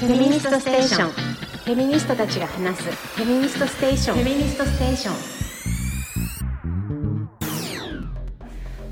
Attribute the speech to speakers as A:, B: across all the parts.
A: フェミニストステーションフェミニストたちが話すフェミニストステーションフェミニストステーション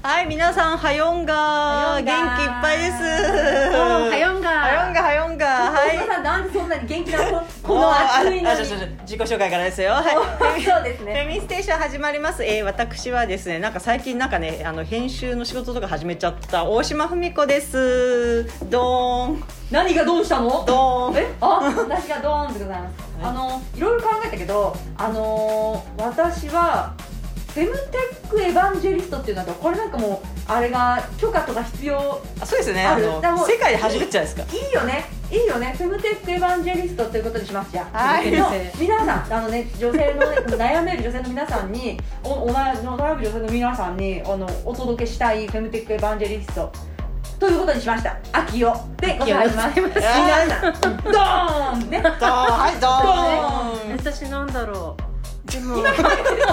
B: はい、皆さん、はよんが
A: はよ
B: ー。
A: んが
B: 元
A: ー
B: 気いっぱいです。
A: はよんがー
B: はよんがー、はよんがー。はい。
A: さんなんでそんなに元気なの
B: この暑いのに自己紹介からですよ。はい。
A: そうですね
B: フェミステーション始まります。えー、私はですね、なんか最近なんかね、あの編集の仕事とか始めちゃった大島文子です。ドーン、
C: 何がどうしたの
B: ドーン。
C: えあ私がドーンでございますあのいろいろ考えたけどあのー私はフェムテックエヴァンジェリストっていうのとこれなんかもうあれが許可とか必要
B: あ、そうですね。
C: あ
B: あ
C: る
B: の
C: だもう
B: 世界で初めてじゃないですか。
C: いいよねいいよねフェムテックエヴァンジェリストということにしますじゃあ
B: はい
C: の皆さんあのね女性の悩める女性の皆さんにおおな悩む女性の皆さんにあのお届けしたいフェムテックエヴァンジェリストということにしました秋をでございます
A: 秋代でご
C: 皆さんドーンね
B: ドーン、はい、ドーン。
A: 私なんだろうでも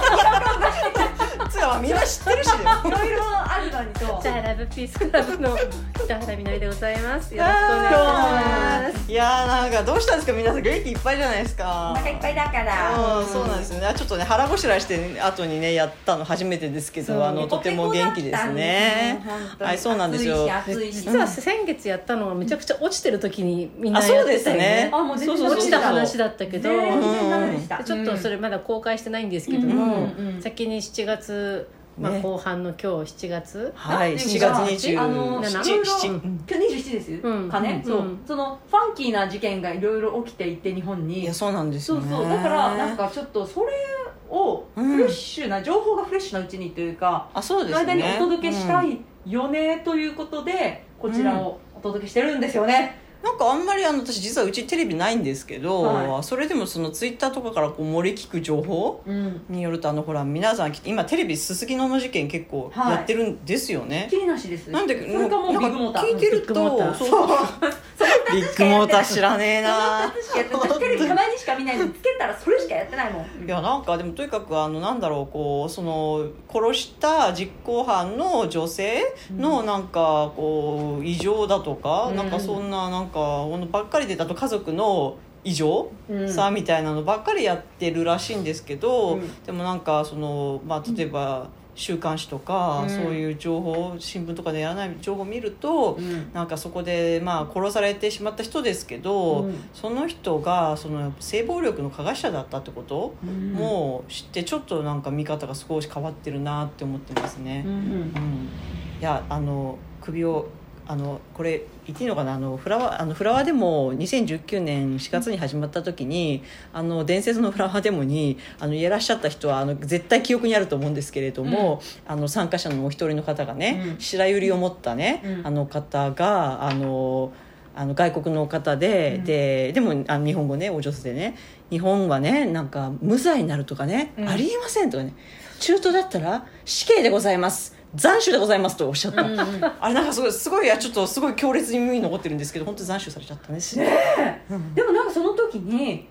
B: つうかみんな知ってるしね。
C: いろいろあるのにと
A: 北原ブピースクラブの 北原みのりでございますよろしくお願いします
B: いやーなんかどうしたんですか皆さん元気いっぱいじゃないです
C: お
B: か
C: 腹いっぱいだから
B: うんそうなんですよねちょっとね腹ごしらえしてね後にねやったの初めてですけ
C: そう
B: どあのとても元気ですね
C: ポケコだったんですよ本当に
B: はいそうなんですよ
C: 暑いし暑いし
A: 実は先月やったのはめちゃくちゃ落ちてる時にみんな
B: あそ
A: やっ
B: うで
A: て
B: す
A: たよね
B: ね
C: あもう全然
B: そうそう
A: 落
B: そ
A: ち
B: う
A: た話だったけど
C: 全
A: で
C: 然ダメでした
A: ちょっとそれまだ公開してないんですけど
B: う
A: も
B: ん
C: うんうん
A: 先に7月まあ
B: ね
A: 後半の今日7月
B: はい
C: あ
B: 7月
C: あのいろ
B: 27
C: いろ
B: 七
C: 今日27です、
A: うん
C: かね、
A: うん
C: そううんそのファンキーな事件がいろいろ起きていて日本
B: い
C: に
B: やそうなんです
C: そ
B: よ
C: う
B: ね
C: そうだからなんかちょっとそれを
B: う
C: フ
B: ん
C: レッシュな、情報がフレッシュなうちにというか
B: あそう
C: そ
B: で
C: の
B: すね
C: 間にお届けした
B: うん
C: いよねということで、こちらをお届けしてるんですよね、
B: なんかあんまりあの私実はうちテレビないんですけ
C: は
B: どそれでもそのツイッターとかからこう漏れ聞く情報
C: うん、
B: によるとあのほら皆さん今テレビすすきのの事件結構
C: はい
B: やってるんですよね
C: きりなしです
B: なんで
C: それかもうビッグモーター
B: 聞いてる
A: ビッグモー
B: と
A: ター
B: そうビッグモーター知らねえな
C: 私しかやってない私テレビたまにしか見ないのつけたらそれしかやってないもん
B: いやなんかでもとにかくあのなんだろうこうその殺した実行犯の女性のなんかこう異常だとか、
C: うん
B: なんかそんななんかほんとばっかりでだと家族の異常
C: うん
B: さみたいなのばっかりやってるらしいんですけど、
C: うん
B: でもなんかそのまあ例えば週刊誌とか、
C: うん
B: そういう情報新聞とかでやらない情報を見ると、
C: うん
B: なんかそこでまあ殺されてしまった人ですけど、
C: うん
B: その人がその性暴力の加害者だったってこと、もう知ってちょっとなんか見方が少し変わってるなって思ってますね
C: う、ん
B: うんいやあの首をあのこれ言っていいのかなあのフラワーあのフラワーでも2019年4月に始まった時にあの伝説のフラワーデモにあのいらっしゃった人はあの絶対記憶にあると思うんですけれども、あの参加者のお一人の方がね、
C: うん
B: 白百合を持ったね、
C: うん
B: あの方があのあの外国の方で、
C: うん
B: ででもあの日本語ねお上手でね日本はねなんか無罪になるとかね、
C: うん
B: ありえませんとかね中途だったら死刑でございます斬首でございますとおっしゃった、
C: うんうん
B: あれなんかすごいすごいいやちょっとすごい強烈に耳に残ってるんですけど本当に斬首されちゃったね、
C: でもなんかその時に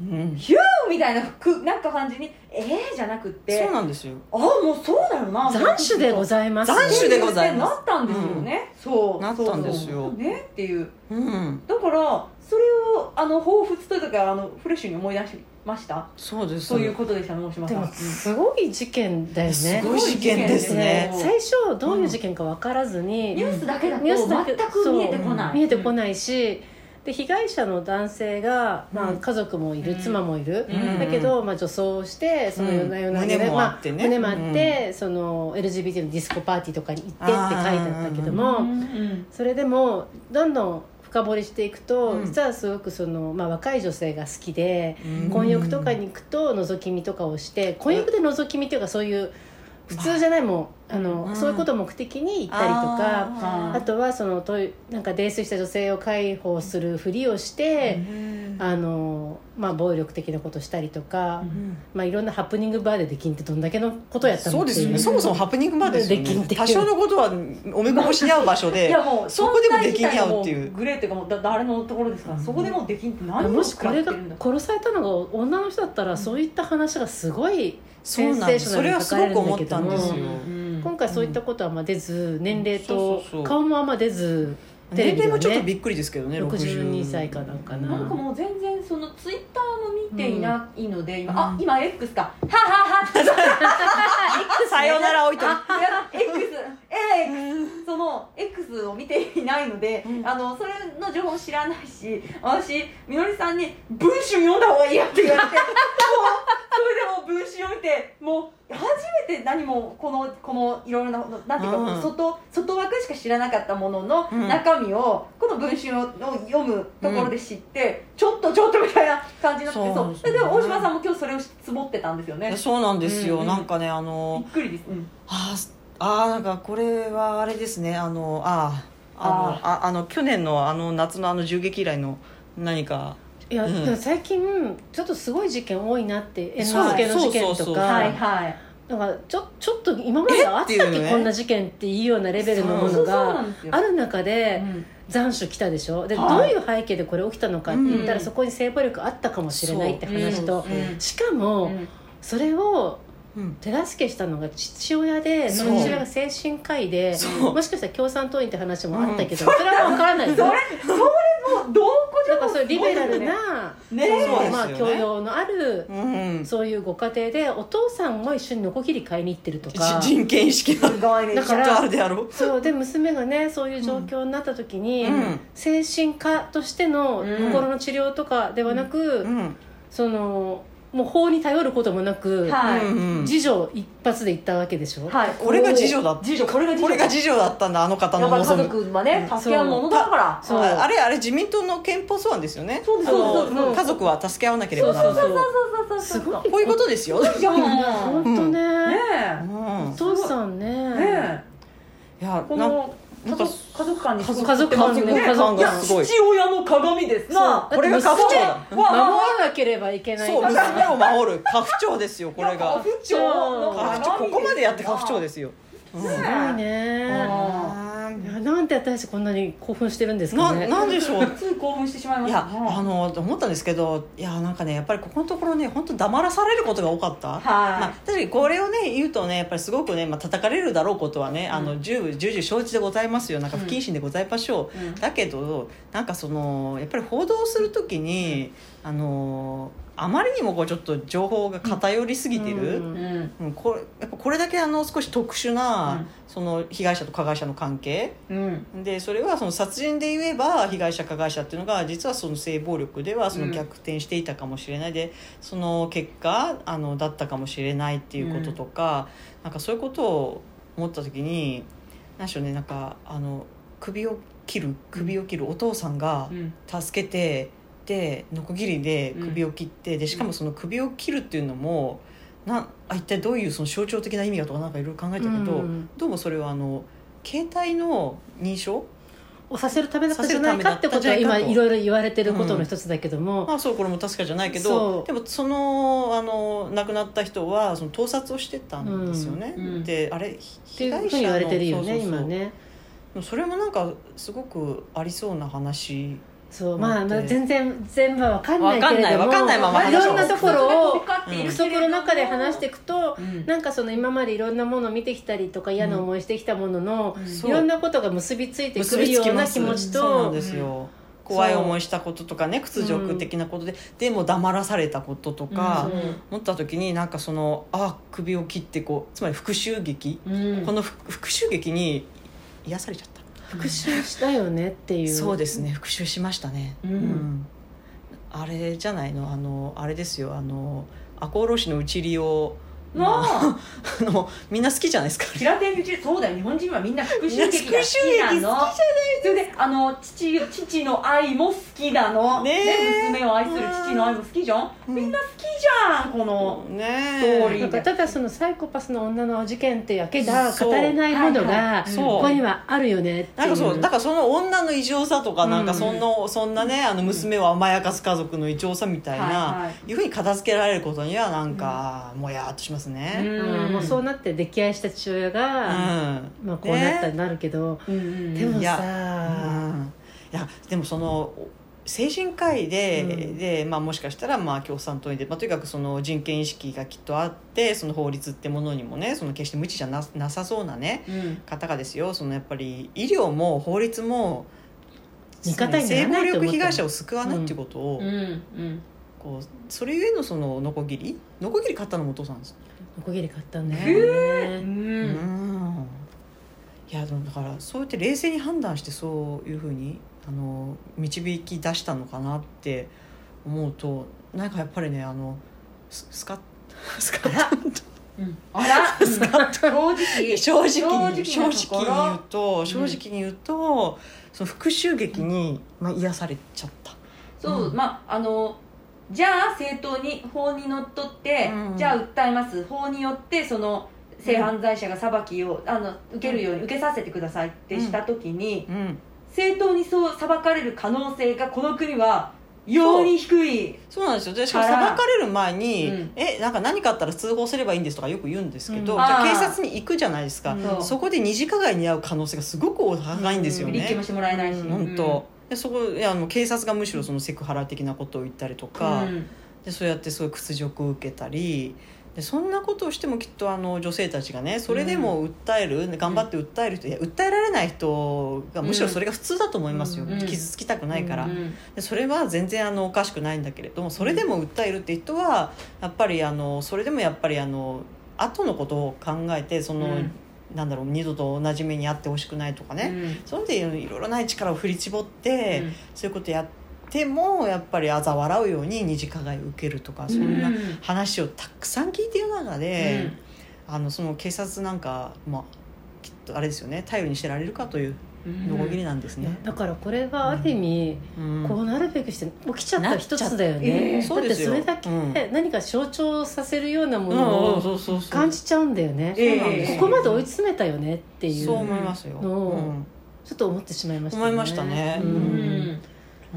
B: うん、
C: ヒューみたいなくなんか感じにえーじゃなくって
B: そうなんですよ
C: あもうそうだよな
A: 残首でご
C: い
A: ざいます
B: 斬首でございます
C: なったんですよね、そう
B: なったんですよ
C: そうねっていう
B: うん
C: だからそれをあの彷彿というかあのフレッシュに思い出しました
B: そうです
C: そういうことでしたね大島
A: で
C: さん
A: もすごい事件だよね
B: すごい事件ですね
C: すごい事件です
A: 最
C: ね
A: 初どういう事件か分からずに、
C: ニュースだけだと
A: ニュー
C: 全
A: スだけ
C: く見えてこない、
B: そう
A: 見えてこ
C: い、
A: ないし、で被害者の男性が、まあ、
C: うん
A: 家族もいる、
C: うん
A: 妻もいる、
C: うん
A: だけど、まあ、女装をしてその
B: うん
A: 夜な夜な
B: 胸
A: で
B: もあってね
A: まあ、胸もあって、その LGBT のディスコパーティーとかに行ってって書いてあったけど
C: う
A: も、
C: んうん
A: それでもどんどん深掘りしていくと、
B: うん
A: 実はすごくその、まあ、若い女性が好きで
B: うん
A: 婚浴とかに行くと覗き見とかをして婚浴で覗き見というかそういう普通じゃないもんあの、
B: うん
A: そういうことを目的に行ったりとか。
B: あー
A: あとはそのトイなんか泥酔した女性を介抱するふりをして、
B: うん
A: あのまあ、暴力的なことしたりとか、
C: うん
A: まあ、いろんなハプニングバーでできんってどんだけのことやったの
B: そうですよ
A: って
B: ね
A: い
B: そもそもハプニングまでですよ
A: できん
B: ね
A: できん
B: 多少のことはお目こぼしに合う場所で
C: いやもう
B: そこでもできに合うっていう
C: 存在自体がもグレーというかもうだ誰のところですから、そこでもうできんって何を
A: もしこれが
C: 食らってるんだ
A: 殺されたのが女の人だったら、そういった話がすごい
B: そうなんで
A: センセーシ
B: す
A: ョ
B: そ
A: ナ
B: れ
A: ル
B: は
A: に
B: す
A: 書
B: ご
A: かれ
B: く
A: るん
B: 思
A: だ
B: っ
A: け
B: た
A: ど
B: ん
A: も
B: ですよ、
C: うん
A: 今回そういったことはまあ出ず年齢
B: そう
A: と
B: そうそう
A: 顔もあんま出ずテレビ
B: 年
A: で
B: 齢
A: は
B: も
A: ね
B: ちょっとびっくりですけどね
A: 62歳かなんかな
C: なんかもう全然そのツイッターも見ていないので、今あ
B: うん
C: 今 X かはっはっはって
B: さよなら置いとく
C: あいや X えーその X を見ていないので、
B: うん
C: あのそれの情報知らないし私みのりさんに「文春読んだ方がいいよ」って言われてもうそれでもう文春読みてもう初めて何もこのこのいろいろななんていうか、
B: うん
C: 外外枠しか知らなかったものの
B: うん
C: 中身を、この文春を読むところで知って、ちょっとちょっとみたいな感じになって
B: そう
C: そう
B: そう
C: でも大島さんも今日それをつぼってたんですよね
B: そうなんですよ、
A: うん
B: なんかねあ
C: びっ
B: の
C: くりです、うん
B: あーあーなんかこれはあれですねあのあーあのああの去年のあの夏のあの銃撃以来の何か
A: いや、
B: うん
A: でも最近ちょょっとすごい事件多いなって猿
B: そう
A: 之助の事件
B: そうそ
A: と
B: うそ
A: か
B: う
C: はいはい
A: なんかちょちょっと今まであったっ
B: えっていう
A: け
B: ね
A: こんな事件っていいようなレベルのも
B: そ
A: のが
C: んです
A: ある中
C: う
A: で
C: ん
A: 残暑来たでしょでどう
C: はい
A: いう背景でこれ起きたのかって言ったら
C: うん
A: そこに性暴力あったかもしれないって話と
B: そううん
A: しかもそれを
B: うん
A: 手助けしたのが父親でそ
B: そ
A: の
B: う
A: 父親が精神科医で
B: そう
A: もしかしたら共産党員って話もあったけどそれは分からないです
C: そ
A: よ
C: れ それもうどこじ
A: な
C: ゃ
A: んかそういうリベラルな
C: ねえ
B: そうですよね
A: まあ教養のある
B: うん
A: そういうご家庭でお父さんが一緒にノコギリ買いに行ってるとか
B: じ人権意識が
C: すごいね
A: だから
B: ちょっとあるであろう
A: そうで娘がねそういう状況になった時に、
B: うん
A: 精神科としての
C: うん
A: 心の治療とかではなく、
B: うん
A: そのもう法に頼ることもなく、
C: はい
B: うんうん
A: 自助一発で行ったわけでしょ、
C: はい
B: これが次女だ
C: 次女これが次
B: こ
C: 女
B: れが次女だったんだあの方
C: や
B: の
C: っぱり家
B: 望む
C: 族はね
B: うん
C: 助け合うものだから
A: そう
B: ああれあれ自民党の憲法素案ですよね
C: そうですそうです
B: あの
C: そうです
B: 家族は助け合わなければならない
A: そう
C: そうそうそうそうそう
A: すご
B: こういうことですよ、
C: じゃん
A: 本
C: ね
A: 当ね、
B: う
C: え
A: お
B: ん、
A: 父さんね
C: ね
B: いや
C: えこ
B: な
C: の家族家族間に
A: 家族家族感ね
C: ね
A: 家族
B: いや
A: 感
B: すごい
C: 父親の鏡ですな
A: そう
B: これが家
A: だ
B: 父
A: って
B: 長
A: 娘
B: だ
C: わあ
A: 守らなければいけない
B: そう娘を守る家父長ですよこれが
C: 家父長の
B: 家
C: 鏡
B: 父長ここまでやって家父長ですすよ、うん
C: ね
A: すごいね
B: あ
A: い
B: ー
A: やなんて私こんなに興奮してるんですか
B: な
A: ね
B: なんでしょう
C: つい興奮してしまいま
B: い
C: し
B: や
C: たね
B: あの思ったんですけどいやなんかねやっぱりここのところね本当黙らされることが多かった、
C: はい
B: まあ、確かにこれをね言うとねやっぱりすごくね、まあ叩かれるだろうことはね、あ
C: う
B: の重々重々承知でございますよなんか不謹慎でございましょう、
C: うん
B: だけどなんかそのやっぱり報道するときに、あのあまりにもこうちょっと情報が偏りすぎてる、
A: うん
C: うん
B: うんこれやっぱこれだけあの少し特殊な、
C: うん
B: その被害者と加害者の関係
C: うん
B: でそれはその殺人で言えば被害者加害者っていうのが実はその性暴力ではその
C: うん
B: 逆転していたかもしれないで、その結果あのだったかもしれないっていうこととか、なんかそういうことを思った時に何でしょうねなんかあの首を切る首を切るお父さんが
C: うん
B: 助けてでノコギリで首を切って、でしかもその首を切るっていうのもなあ一体どういうその象徴的な意味がとかなんかいろいろ考えたけど、
A: うん
B: どうもそれはあの携帯の認証
A: をさせるためだったんじゃないかってことは今いろいろ言われてることの一つだけども、
B: まあそうこれも確かじゃないけ
A: そ
B: ど
A: う
B: でもそのあの亡くなった人はその盗撮をしてたんですよね、
C: うんうん
B: であれ
A: ってい
B: 被
A: うふうに
B: 害者の
A: 言われてるよね
B: そうそうそう
A: 今ね
B: でもそれもなんかすごくありそうな話
A: そうまあま
B: だっ
A: あ
B: て
A: 全然全部は分かんないけれども
B: わかんないわかんないまま
A: い
B: 話
A: ろ
B: そ
A: ん
B: う
A: なところを
B: うん
A: クソコロの中で話していくと
C: うん
A: なんかその今までいろんなものを見てきたりとか嫌な思いしてきたものの、
C: うん
B: そう
A: いろんなことが結びついてく
B: 結
A: る
B: びつ
A: よ
B: き
A: うな
B: ます
A: 気持ち
B: そうなん
A: と
B: ですよ、怖い思いしたこととかね屈辱的なことで、でも黙らされたことと
C: う
B: か
C: ん、
B: 思った時になんかそのあ首を切ってこうつまり復讐劇、
C: うん
B: この復復讐劇に癒されちゃった
A: 復讐したよねっていう
B: そうですね復讐しましたね、
C: うん
B: あれじゃないのあのあれですよあの赤穂浪士のうちりを
C: な
B: あ
C: あ
B: のみんな好きじゃないですか
C: 平手打ちそうだよ日本人はみんな復讐劇が好きな
B: み
C: の
B: んな復讐劇好き
C: それであの父父の愛も好きなの
B: ねえ
C: 娘を愛する父の愛も好きじゃん、
B: うん
C: みんな好きじゃんこの
B: ね
C: ストーリ
B: え
A: なんかただそのサイコパスの女の事件ってだけが語れないものが
B: そう
A: ここにはあるよねって
B: ないん
A: う
B: かそうだからその女の異常さとかなんかその、そんなねあの娘を甘やかす家族の異常さみたいな、、
C: はいはい
B: うふうに片付けられることにはなんかもやーっとしますね。
A: うんもうそう
C: な
A: なって溺愛した父親
B: うん
A: が、まあ、こうなった
B: ね
A: になるけど、
C: うんうん
A: でも
B: い
A: さ、
B: うんいやでもその精神科医で,、
A: うん
B: でまあ、もしかしたらまあ共産党員で、まあ、とにかくその人権意識がきっとあってその法律ってものにもねその決して無知じゃななさそうなね
C: うん
B: 方がですよそのやっぱり医療も法律も
A: 味方にな
B: 性
A: らな
B: 暴
A: いと
B: 力
A: 思っ
B: 被
A: た
B: 害者を救わないっていうことを、
C: うんうん
B: こうそれゆえのそのノコギリノコギリ買ったのもお父さんです
A: ノコギリ買ったんだ
C: へ
A: よ
C: う
A: ね
B: うんんいやでもだからそうやって冷静に判断してそういうふうにあの導き出したのかなって思うとなんかやっぱりねあのスス カッスカッ
C: うんあ らうん正直
B: 正直に
C: 正
B: 正
C: 直
B: 直
C: なところ
B: に言うと正
C: うん
B: 直に言うと、その復讐劇に、まあ、癒されちゃった
C: そう、
B: うん
C: まああのじゃあ正当に法にのっとって、
B: うん
C: じゃあ訴えます法によってその性犯罪者が裁きをあの受けるように、受けさせてくださいってした時に、
B: うん
C: 正当にそう裁かれる可能性がこの国は異様に低い
B: そうなんですよでしかも
C: から
B: 裁かれる前に「
C: うん
B: えなんか何かあったら通報すればいいんです」とかよく言うんですけど、
A: うん
B: じゃあ
C: あー
B: 警察に行くじゃないですか、
C: そう
B: そこで二次加害に遭う可能性がすごく高いんですよ
A: うん
C: 立件も
B: ね、
C: してもらえないし、
A: う
B: 本当でそこいやあの警察がむしろそのセクハラ的なことを言ったりと
C: うん
B: か、でそうやってすごい屈辱を受けたりでそんなことをしてもきっとあの女性たちがねそれでも訴える、頑張って訴える人いや訴えられない人がむしろそれが普通だと思いますよ、
C: うん
B: 傷つきたくないから、
C: うん
B: でそれは全然あのおかしくないんだけれどもそれでも訴えるって人はやっぱりあのそれでもやっぱりあの後のことを考えてその、
C: うん
B: なんだろう二度と同じ目に遭ってほしくないとか
C: う
B: ね、
C: ん
B: それでいろいろない力を振り絞って、
C: うん
B: そういうことやってもやっぱり嘲笑うように二次加害を受けるとかそん
C: う
B: なん話をたくさん聞いてる中で、あのその警察なんかまあきっとあれですよね頼りにしてられるかという
C: うん
B: のこぎりなんですね。
A: だからこれはある意味、
B: うん
A: こうなるべくして起きちゃっ
B: な
A: た
B: っち
A: 一
B: ゃっ
A: つだよ
C: え
A: ね、
C: え
A: だってそれだけ
B: うん
A: 何か象徴させるようなも
B: うん
A: の
B: うん
A: を
B: そうそうそう
A: 感じちゃうんだよね、
B: そうなんです
C: ええ
B: よ
A: ここまで追い詰めたよねっていう
B: そう思いますよ、
A: のを
B: うん
A: ちょっと思ってしまいましたね
B: 思いましたね
A: う
C: うんん
B: う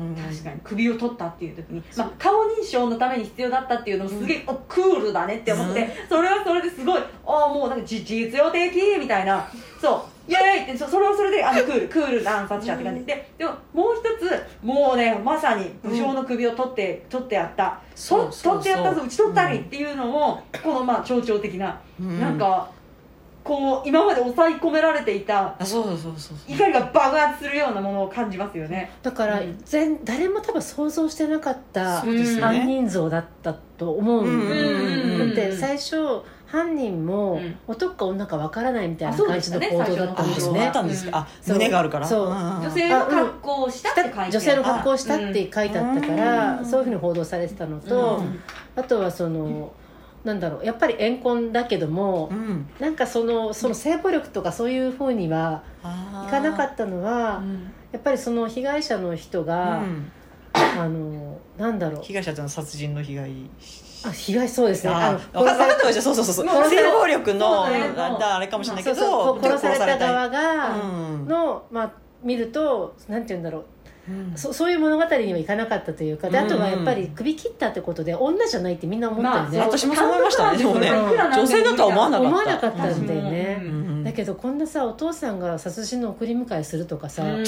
B: ん
C: 確かに首を取ったっていう時に、まあ、顔認証のために必要だったっていうのもすげえ、おクールだねって思って、
B: う
C: それはそれですごいああもうなんかじ実用的みたいなそうイエーイってそそれはそれであのクールクールな暗殺者って感じででももう一つもうねまさに武将の首を取って、取ってやった
B: そう
C: と
B: そうそう
C: 取ってやったぞ打ち取ったりっていうのも、このまあ象徴的な、
B: うん
C: なんかこう今まで抑え込められていた
B: あそうそうそうそう
C: 怒りが爆発するようなものを感じますよね。
A: だから
C: うん
A: 全誰も多分想像してなかった
B: そうですよ
A: 犯
B: ね、
A: 人像だったと思う、
B: うんうんうん
A: だって最初犯人も
C: うん
A: 男か女かわからないみたい
C: あ
A: な
C: そうで
A: 感じ
C: し
A: の
C: たね
A: 行動だったん
B: あ
A: で
B: そ
A: す
B: う
A: ね
B: だったんですか、あ
A: そう
B: 胸があるから
A: そう
C: 女
B: 女
C: 性の格好をしたって書いてある
A: 女性の格好をしたって書いてあったから、
B: うん
A: そういうふうに報道されてたのと、
B: うん
A: あとはそのなんだろうやっぱり怨恨だけども、
B: うん
A: なんかそのその性暴力とかそういうふうには
B: あ
A: い
B: ー
A: かなかったのは、
C: うん
A: やっぱりその被害者の人が、
B: うん
A: あのなんだろう
B: 被害者というのは殺人の被害
A: あ被害そうですねあ
B: あ
A: の
B: 分か分かってましたそうそうそう
A: も
B: そうう性暴力の
C: そうだね
B: あだあれかもしれないけど
A: そうそうこう殺された側
B: た
A: が、
B: うん
A: のまあ見るとなんて言うんだろう
B: うん
A: そそういう物語にはいかなかったというかであとはやっぱり首切ったってことで女じゃないってみんな思ったよね、
B: まあ私もそう思いましたねでもね女性だとは思わなかった
A: 思わなかったんだよね、
C: う
B: うん
A: だけどこんなさお父さんが殺人の送り迎えするとかさ、
C: うん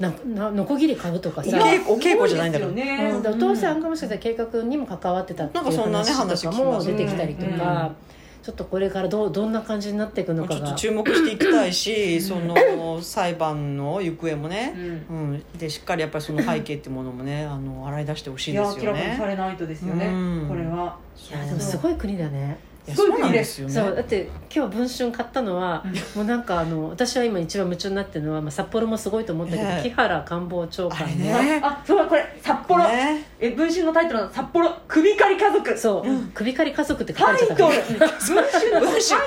A: ななのこぎり買うとか
B: お
A: さ、
B: 稽古お稽古じゃないんだから
C: そうですよね
A: うんでお父さんがもしかしたら計画にも関わってたってい
B: なんか
A: う
B: そんなね
A: 話とかも
B: 話聞
A: 出
B: きますね
A: てきたりと
C: うんう
A: か、ちょっとこれからどうどんな感じになっていくの
B: ち
A: か
B: ょっと
A: が
B: 注目していきたいしその裁判の行方もね、
C: うん
B: うん、でしっかりやっぱりその背景ってものもねあの洗い出してほしい
C: い
B: で
C: や
B: す
C: 明
B: よ
C: らかにさ
B: ね。
C: れないとですよね
B: うん
C: これはい
A: やでもすごい国だね
B: いや
C: すごい
B: そうなんですよね。
A: そうだって今日文春買ったのはもうなんかあの私は今一番夢中になってるのは、まあ、札幌もすごいと思ったけど、
B: ええ
A: 木原官房長
B: あ
A: 官
B: れ
A: の
B: ね。
C: あそうだこれ札幌
B: ね
C: え文春のタイトルの札幌首狩り家族
A: そう、首狩り家族って書か
C: タ
A: れ
C: イ
A: ちゃ ったか
C: ト
A: ら
C: ル文春のタイ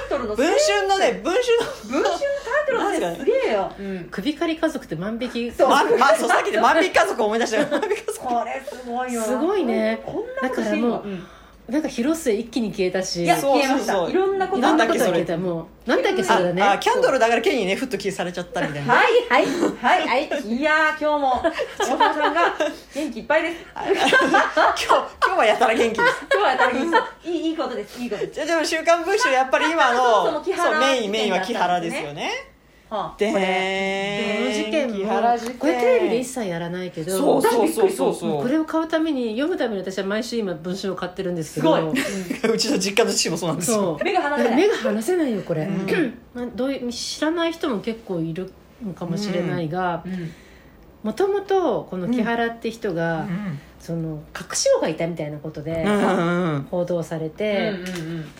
C: トルの
B: 文春のね文春
C: 文春のタイトルの
B: なん
C: ね
B: ですか
C: げえよ
A: 首狩り家族って万引き
C: そう
B: のま まそうさっきで万引き家族を思い出した よ。万引き家族。
C: これすごいよな
A: すごいね
C: こんなこと
A: だか
C: し
A: ら
C: ていいの
A: もうなんか広末一気に消えたし
C: いや
B: そう
C: 消えまし
B: そう
C: た
B: そう
C: いろんなこと
A: なん
B: だ
A: だ
B: っ
A: け
B: け
A: そ
B: そ
A: れ
B: れ
A: たもうなんだっけそれだね
B: ああキャンドルだからケにねふっと消されちゃったみたいな。
C: はいはいはいはいいやー今日も大友さんが元気いっぱいです
B: 今日今日はやたら元気で
C: 今日は大変ですいいいいことですいいことです
B: す。じゃでも週刊文春やっぱり今
C: そも
B: の
C: そも木原
B: そうメインメインは
C: 事件
B: 木
C: だった
B: 原
C: んで
B: ですす
C: ね
B: よね。
C: はあ
B: で
C: これ
A: この事件も
B: 木原事件
A: これテレビで一切やらないけど
B: そうそうそうそう
A: も
B: そう
A: これを買うために読むために私は毎週今文春を買ってるんですけ
C: すご
A: ど
C: い
B: うんうちの実家の父もそうなんですよ。
A: そう
C: 目が離せない
A: 目が離せないよこれ、
B: うん
A: まあどういう知らない人も結構いるのかもしれないが、
C: うん
A: もともとこの木原って人が、その隠し子がいたみたいなことで報道されて、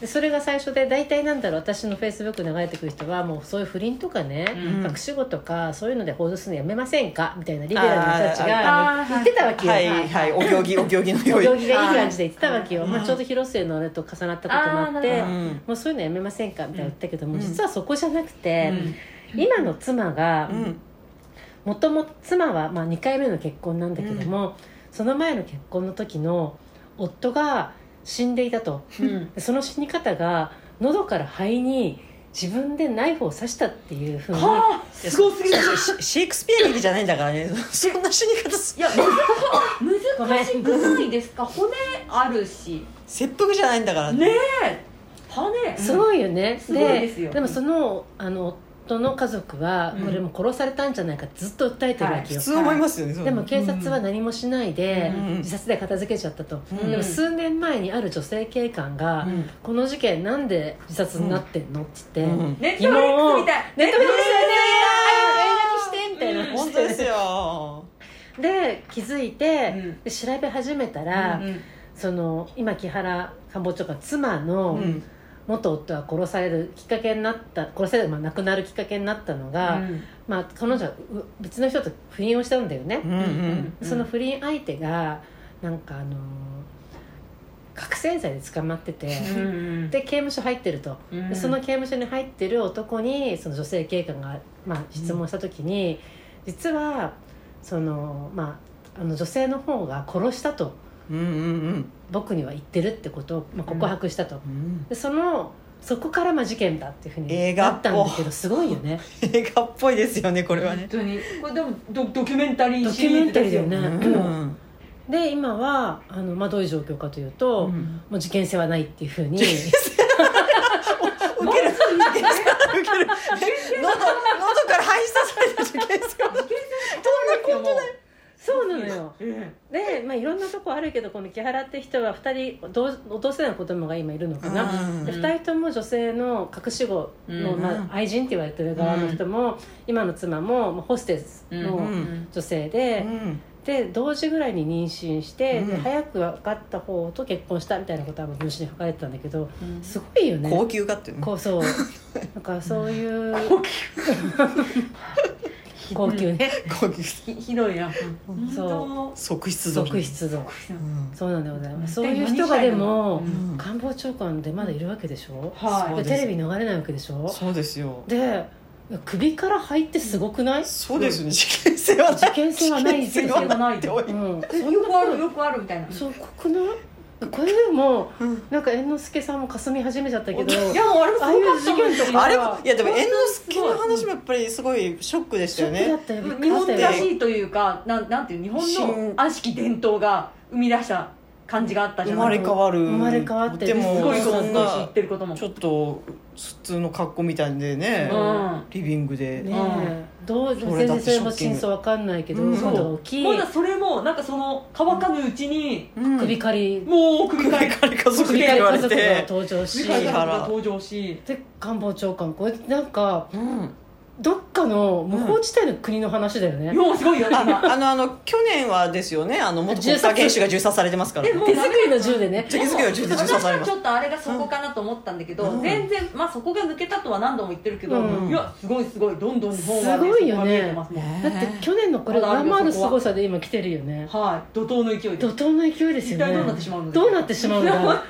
A: でそれが最初で大体なんだろう私のフェイスブック流れてくる人はもうそういう不倫とかね、
B: うん
A: 隠し子とかそういうので報道するのやめませんかみたいなリベラルの人たちが言ってたわけよ、
B: はいはいお行儀お行儀の
A: お
B: 良い
A: 行儀がいい感じで言ってたわけよ、
B: はい
A: まあ、ちょうど広末のあれと重なったこともあっ
C: あーな
A: て
C: るほど
B: うん
A: もうそういうのやめませんかみたいな言ったけども、
B: うん
A: 実はそこじゃなくて、
C: うん
A: 今の妻が
B: うん
A: もとも妻はまあ2回目の結婚なんだけども、その前の結婚の時の夫が死んでいたとでその死に方が喉から肺に自分でナイフを刺したっていうふうに
C: はあすごすぎる
B: シシェイクスピア劇じゃないんだからねそんな死に方す
C: いや難しくないですか骨あるし
B: 切腹じゃないんだから
C: ねえ羽
A: すごいよね、
C: すごいですよ
A: でもそのあの夫の家族は
B: うん
A: これも殺されたんじゃないかってずっと訴えてるわけ
B: 普
A: よ、
B: 通思いますよねそんな
A: でも警察は何もしないで、
B: うん
A: 自殺で片付けちゃったと、
B: うん
A: でも数年前にある女性警官が、
B: うん
A: この事件なんで自殺になってんの?」って言って、
B: うん
C: ネットフリックスみたい
A: ネットフリックスみたいな映画に
C: ネットフリックス
A: してみたいな、
C: うん
B: 本当ですよ
A: で気づいて、で調べ始めたら、
C: うん
A: その今木原官房長官妻の
B: うん
A: 元夫は殺されるきっかけになった殺される、まあ、亡くなるきっかけになったのが、まあ、彼女はう別の人と不倫をしたんだよね
B: うんう、ん
A: その不倫相手がなんかあのー覚醒剤で捕まってて、
C: うん
A: で刑務所入ってると、でその刑務所に入ってる男にその女性警官が、まあ、質問した時に、実はその、まあ、あの女性の方が殺したと
B: うんうん
A: 僕には言ってるってことを、まあ、告白したと、
B: うん
A: でそのそこからまあ事件だっていうふう
B: 映
A: にな
B: 画っぽ
A: ったんだけどすごいよね
B: 映画っぽいですよねこれはね
C: 本当にこれでもドドキュメンタリー
A: ド
C: シ
A: キ
C: リ
A: ュメ
C: ーズ
A: ンタリ
C: で
A: ー
C: す
A: だ
C: よ
A: よね、
B: うん
A: で今はあの、まあ、どういう状況かというと、
B: う
A: も
B: ん
A: う事件性はないっていうふう に
B: ウケるウケるウケるえ喉喉から排出された受験生が
C: どんなことだよ
A: そうなのよ
C: え
A: で、まあ、いろんなとこあるけどこの木原って人は2人同同世代の子供が今いるのかな、
B: うん
A: で2人とも女性の隠し子の、
C: うん
A: まあ、愛人って言われてる側の人も、今の妻も、まあ、ホステス
C: え
A: の
B: ん
A: 女性で、
B: うん
A: で同時ぐらいに妊娠して、
B: うん
A: で早く分かった方と結婚したみたいなことは文子に書かれてたんだけど
C: うん
A: すごいよね
B: 高級かっていうね
A: こうそうなんかそういう
C: 高級
A: 高級ね
B: 高級
C: ひひどいな
A: うんそ
B: 側室族
A: 側室像
B: うん
A: そうなんでございますそういう人がでも
C: う、ん
A: 官房長官でまだいるわけでしょ、
B: そう
C: は
B: です
A: テレビ流れないわけでしょ
B: そうですよ
A: で首から入ってすごくない、
B: そうですよね事件性はない
A: 事件性はない
B: 事件性はないって
C: 事件性
B: おい
A: うん、
C: いよくあるよくあるみたいな
A: そこくないこれでも
B: うん
A: なんか猿之助さんもかすみ始めちゃったけど
C: いやもうあれもす
A: ああい
C: ごか
A: う
C: っ
A: 事
C: たもん
A: 件とか
B: あれもいやでも
A: 本当
B: 猿
A: に
B: 之助の話もやっぱりすごいショックでし
A: シ
B: た
A: ョ
B: よ
A: ックだったよ
B: ね
A: びっくり
C: 日
A: し
C: 本
A: た
C: ら
A: よ
C: しいというかなんなんていう日本の
B: 新
C: 悪しき伝統が生み出した感じがあったじ
B: 生
C: ゃ
B: ま
C: ない
B: れ変わる
A: 生まれ変わって
B: でも
C: すごいこと
B: そ
C: す
B: ん
C: ごいし言
B: な
C: ってることも
B: ちょっと普通の格好みたいでね
C: うん
B: リビングで
A: ねえどう
B: そ
A: 全
B: れだっ
A: 然
B: て
A: それも真相わかんないけど、
B: シ
A: そういう
B: ョッキング
A: ことが大きい
C: まだそれもなんかその乾かぬうちに
B: うん
A: 首刈り
C: もう首
B: 首
C: か
B: か
C: り
B: り家族
A: 首
B: って
A: 刈り
B: 言わ
A: 家
B: れ
A: 族が
B: て
A: 登場し
C: 首
B: か
C: か
B: り
C: り家
B: 家族
C: 族
B: が
C: が登場し
A: で官房長官これなんか
B: うん
A: どっかの無法地帯の国の話だよね、
C: ようすごいよね今
B: ああのあの去年はですよねあの元国家元首が銃殺されてますから
C: で
B: ね
C: も
A: 手作りの銃でね
B: 手作りは銃で銃
C: 私
B: 殺さ
C: は
B: れま
C: ちょ
B: す
C: っとあれがそこかなと思ったんだけど、
B: うん
C: 全然、まあ、そこが抜けたとは何度も言ってるけど、
A: うん
C: いやすごいすごいどんどん日本は、
A: すごいよね
C: そこが見えてますもん
B: ね
A: だって去年のこれを上回る凄さで今来てるよね
C: はい怒涛の勢いで
A: 怒涛の勢いです
C: 一
A: よね
C: 体どうなってしまうの
A: どうなってし まうんだろうなんか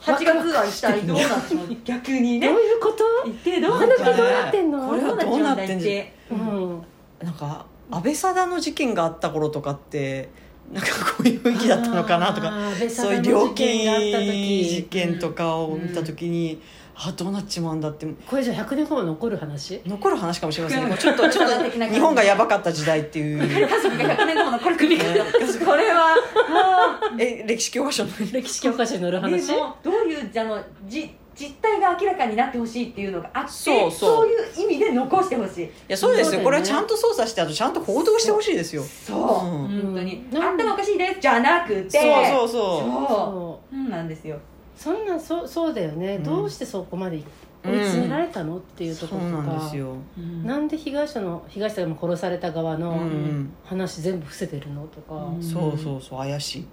C: 8月は一体どうなってしまうの逆に
A: どう
C: ね
A: いうこと、
C: 一体どう
A: あ
C: なっ
A: の
C: てし
A: 子
C: ま
A: ど
C: う
A: う
C: の
A: なってんの
B: これはどうなってんじゃ
A: うん、
B: なんか安倍貞の事件があった頃とかってなんかこういう雰囲気だったのかなとか
A: あー安倍
B: そう
A: 貞
B: いう
A: の
B: 料
A: 事
B: 金
A: 件があった
B: 事
A: 時
B: 件とかを見た時に、あどうなっちまうんだって
A: これじゃ100年後も残る話
B: 残る話かもしれませんねもうちょっ とちょっと日本がやばかった時代っていう
C: 家族が100年でも残る首がこれはあ
B: え歴史教科書の
A: 歴史教科書に載る
C: ーで
A: 話
C: もどういうあのじ実態が明らかになってほしいっていうのがあって
B: そうそう
C: いう意味で残してほしい
B: いやそうで
A: そ
B: す
A: うだ
B: よ
A: よね
B: これはちゃんと捜査してあとちゃんと報道してほしいですよ
C: そう、
B: うん
C: 本当に
A: うん
C: あんたもおかしいですじゃなくて
B: そううそ
C: そ
B: うそう
C: う
A: そ
C: うんなんですよ
A: うそんなそうそうだよね、
B: うん
A: どうしてそこまでい追い詰められたの、っていうと
B: そ
A: ころ
B: う
A: とか
B: なんですよ、
C: うん
A: なんで被害者の被害者が殺された側
B: う
A: の
B: ん
A: 話全部伏せてるのとか、
C: うん
B: そうそうそう怪しい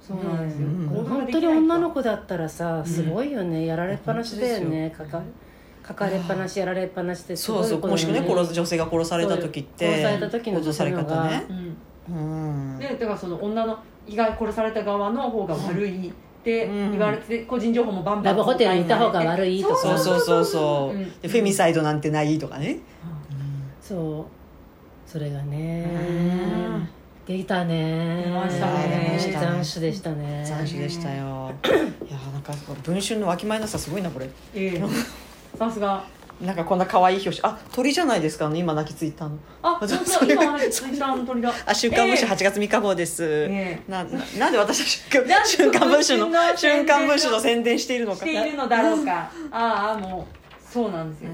C: そうなんですよ、
B: うん
A: これ
C: 行動が
A: 本
C: で
A: 当
C: き
A: に
C: ないと
A: 女の子だったらさ
B: ん
A: すごいよね、やられっぱなしだよね
B: 本当
A: か
B: ですよ
A: か書かれっぱなしやられっぱなしで
B: そうそうもしくはね殺す女性が殺された時って
A: そうよ殺された時の
B: 報道され方ね
C: うん
B: うん
C: でだからその女の被害殺された側の方が悪いって
B: うん
C: 言われて、個人情報もバンバ
A: ラ
C: ン
A: ブホテルにいた方が悪いとか
B: そうそうそうそう、
C: うん
B: でフェミサイドなんてないとかね、
A: そうそれが
B: う
A: ね、
B: ん
A: 出たね
C: 出ました
A: 出
B: ね
A: ましたね斬首でしたね
B: 斬首でしたよいやーなんか文春のわきまえなさすごいなこれ
C: ええさすが
B: なんかこんな可愛い表紙あ鳥じゃないですかあの今泣きついたの
C: あ本当だ今話したツイッターの鳥だ
B: あ週刊文春8月3日号です、
C: え
B: なななんで私は瞬
C: なんで
B: 間瞬間文春
C: 文春
B: の
C: の
B: 瞬間文春の宣伝しているの
C: し
B: か
C: ているのだろうかああもうそうなんですよ、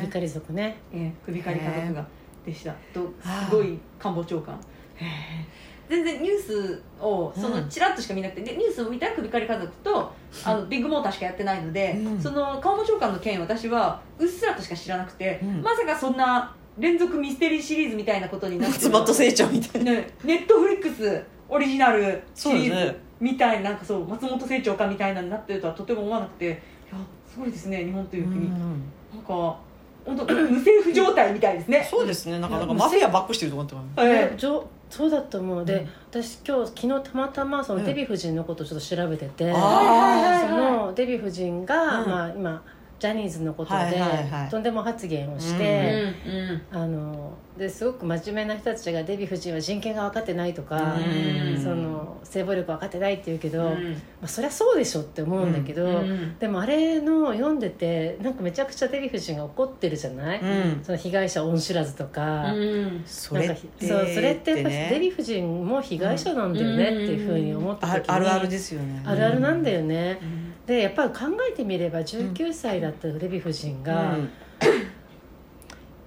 A: 首狩り族ね
C: ええ首狩り家族がでしたと
B: あー
C: すごい官房長官全然ニュースをそのちらっとしか見なくて、でニュースを見た首狩り家族とあのビッグモーターしかやってないので、
B: うん
C: その官房長官の件私はうっすらとしか知らなくて、
B: うん
C: まさかそんな連続ミステリーシリーズみたいなことになって
B: 松本清張みたいな
C: ね、ネットフリックスオリジナルシリ
B: そうだ
C: ーズ
B: ね
C: みたいな,、なんかそう松本清張かみたいなのになってるとはとても思わなくていやすごいですね日本という国、なんか本当無政府状態みたいですね、
B: そうですねなんかなんかマフィアばっこしてるとこだったかな
C: ええ
A: じょそうだと思うで、
B: うん
A: 私今日昨日たまたまその
B: うん
A: デヴィ夫人のことをちょっと調べてて、
B: あ
C: はい
A: そ
C: はいはいはい
A: のデヴィ夫人が、
B: うん
A: まあ、今ジャニーズのことで、
B: はいはいはい
A: とんでも発言をし
B: う
A: て、
C: うんうん
A: あのですごく真面目な人たちがデヴィ夫人は人権が分かってないとか、
C: うん
A: その性暴力分かってないって言うけど、ま
C: ん
A: あ、そりゃそうでしょって思うんだけど、
C: うん
A: でもあれの読んでてなんかめちゃくちゃデヴィ夫人が怒ってるじゃない、
B: うん
A: その被害者恩知らずとか。
C: うん
B: そ
A: なん
B: れ
A: か
B: っ
A: ひ
B: て
A: そうそれってやっぱ
B: ね
A: デヴィ夫人も被害者なんだよねっ
C: う
A: て
C: ん
A: いうふうに思った
B: あ
A: 時
B: る
A: に
B: あるあるですよね
A: あるあるなんだよね、
C: うん
A: でやっぱり考えてみれば19歳だったデヴィ夫人が
B: うん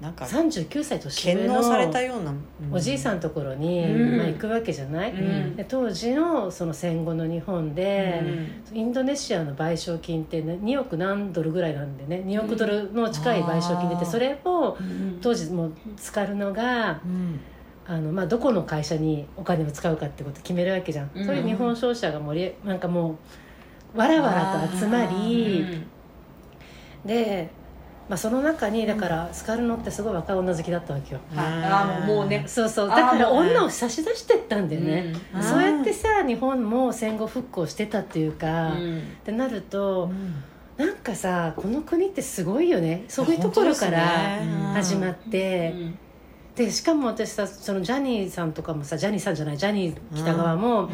B: なんか
A: 39歳年上
B: 洗脳された
A: の
B: ような
A: おじいさんのところに、
C: うん
A: まあ、行くわけじゃない、
C: うん
A: で当時のその戦後の日本で、
C: うん
A: インドネシアの賠償金って、ね、2億何ドルぐらいなんでね2億ドルの近い賠償金出て、
B: うん
A: それを
C: うん
A: 当時もう使うのが
B: うん
A: あのまあ、どこの会社にお金を使うかってこと決めるわけじゃん、
C: うん
A: そういう日本商社が盛りなんかもうわらわらと集まり、で、まあ、その中にだからスカルノってすごい若い女好きだったわけよ、
C: うんはいあーもうね
A: そうそうだ
C: あー
A: から
C: もうね
A: 女を差し出してったんだよね、
B: うん
A: そうやってさ日本も戦後復興してたっていうか、ってなる
B: う
A: と
B: ん
A: なんかさこの国ってすごいよねそういうところから始ま
B: っ
A: って、でしかも私さそのジャニーさんとかもさジャニーさんじゃないジャニー北川も、
B: て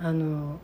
A: あの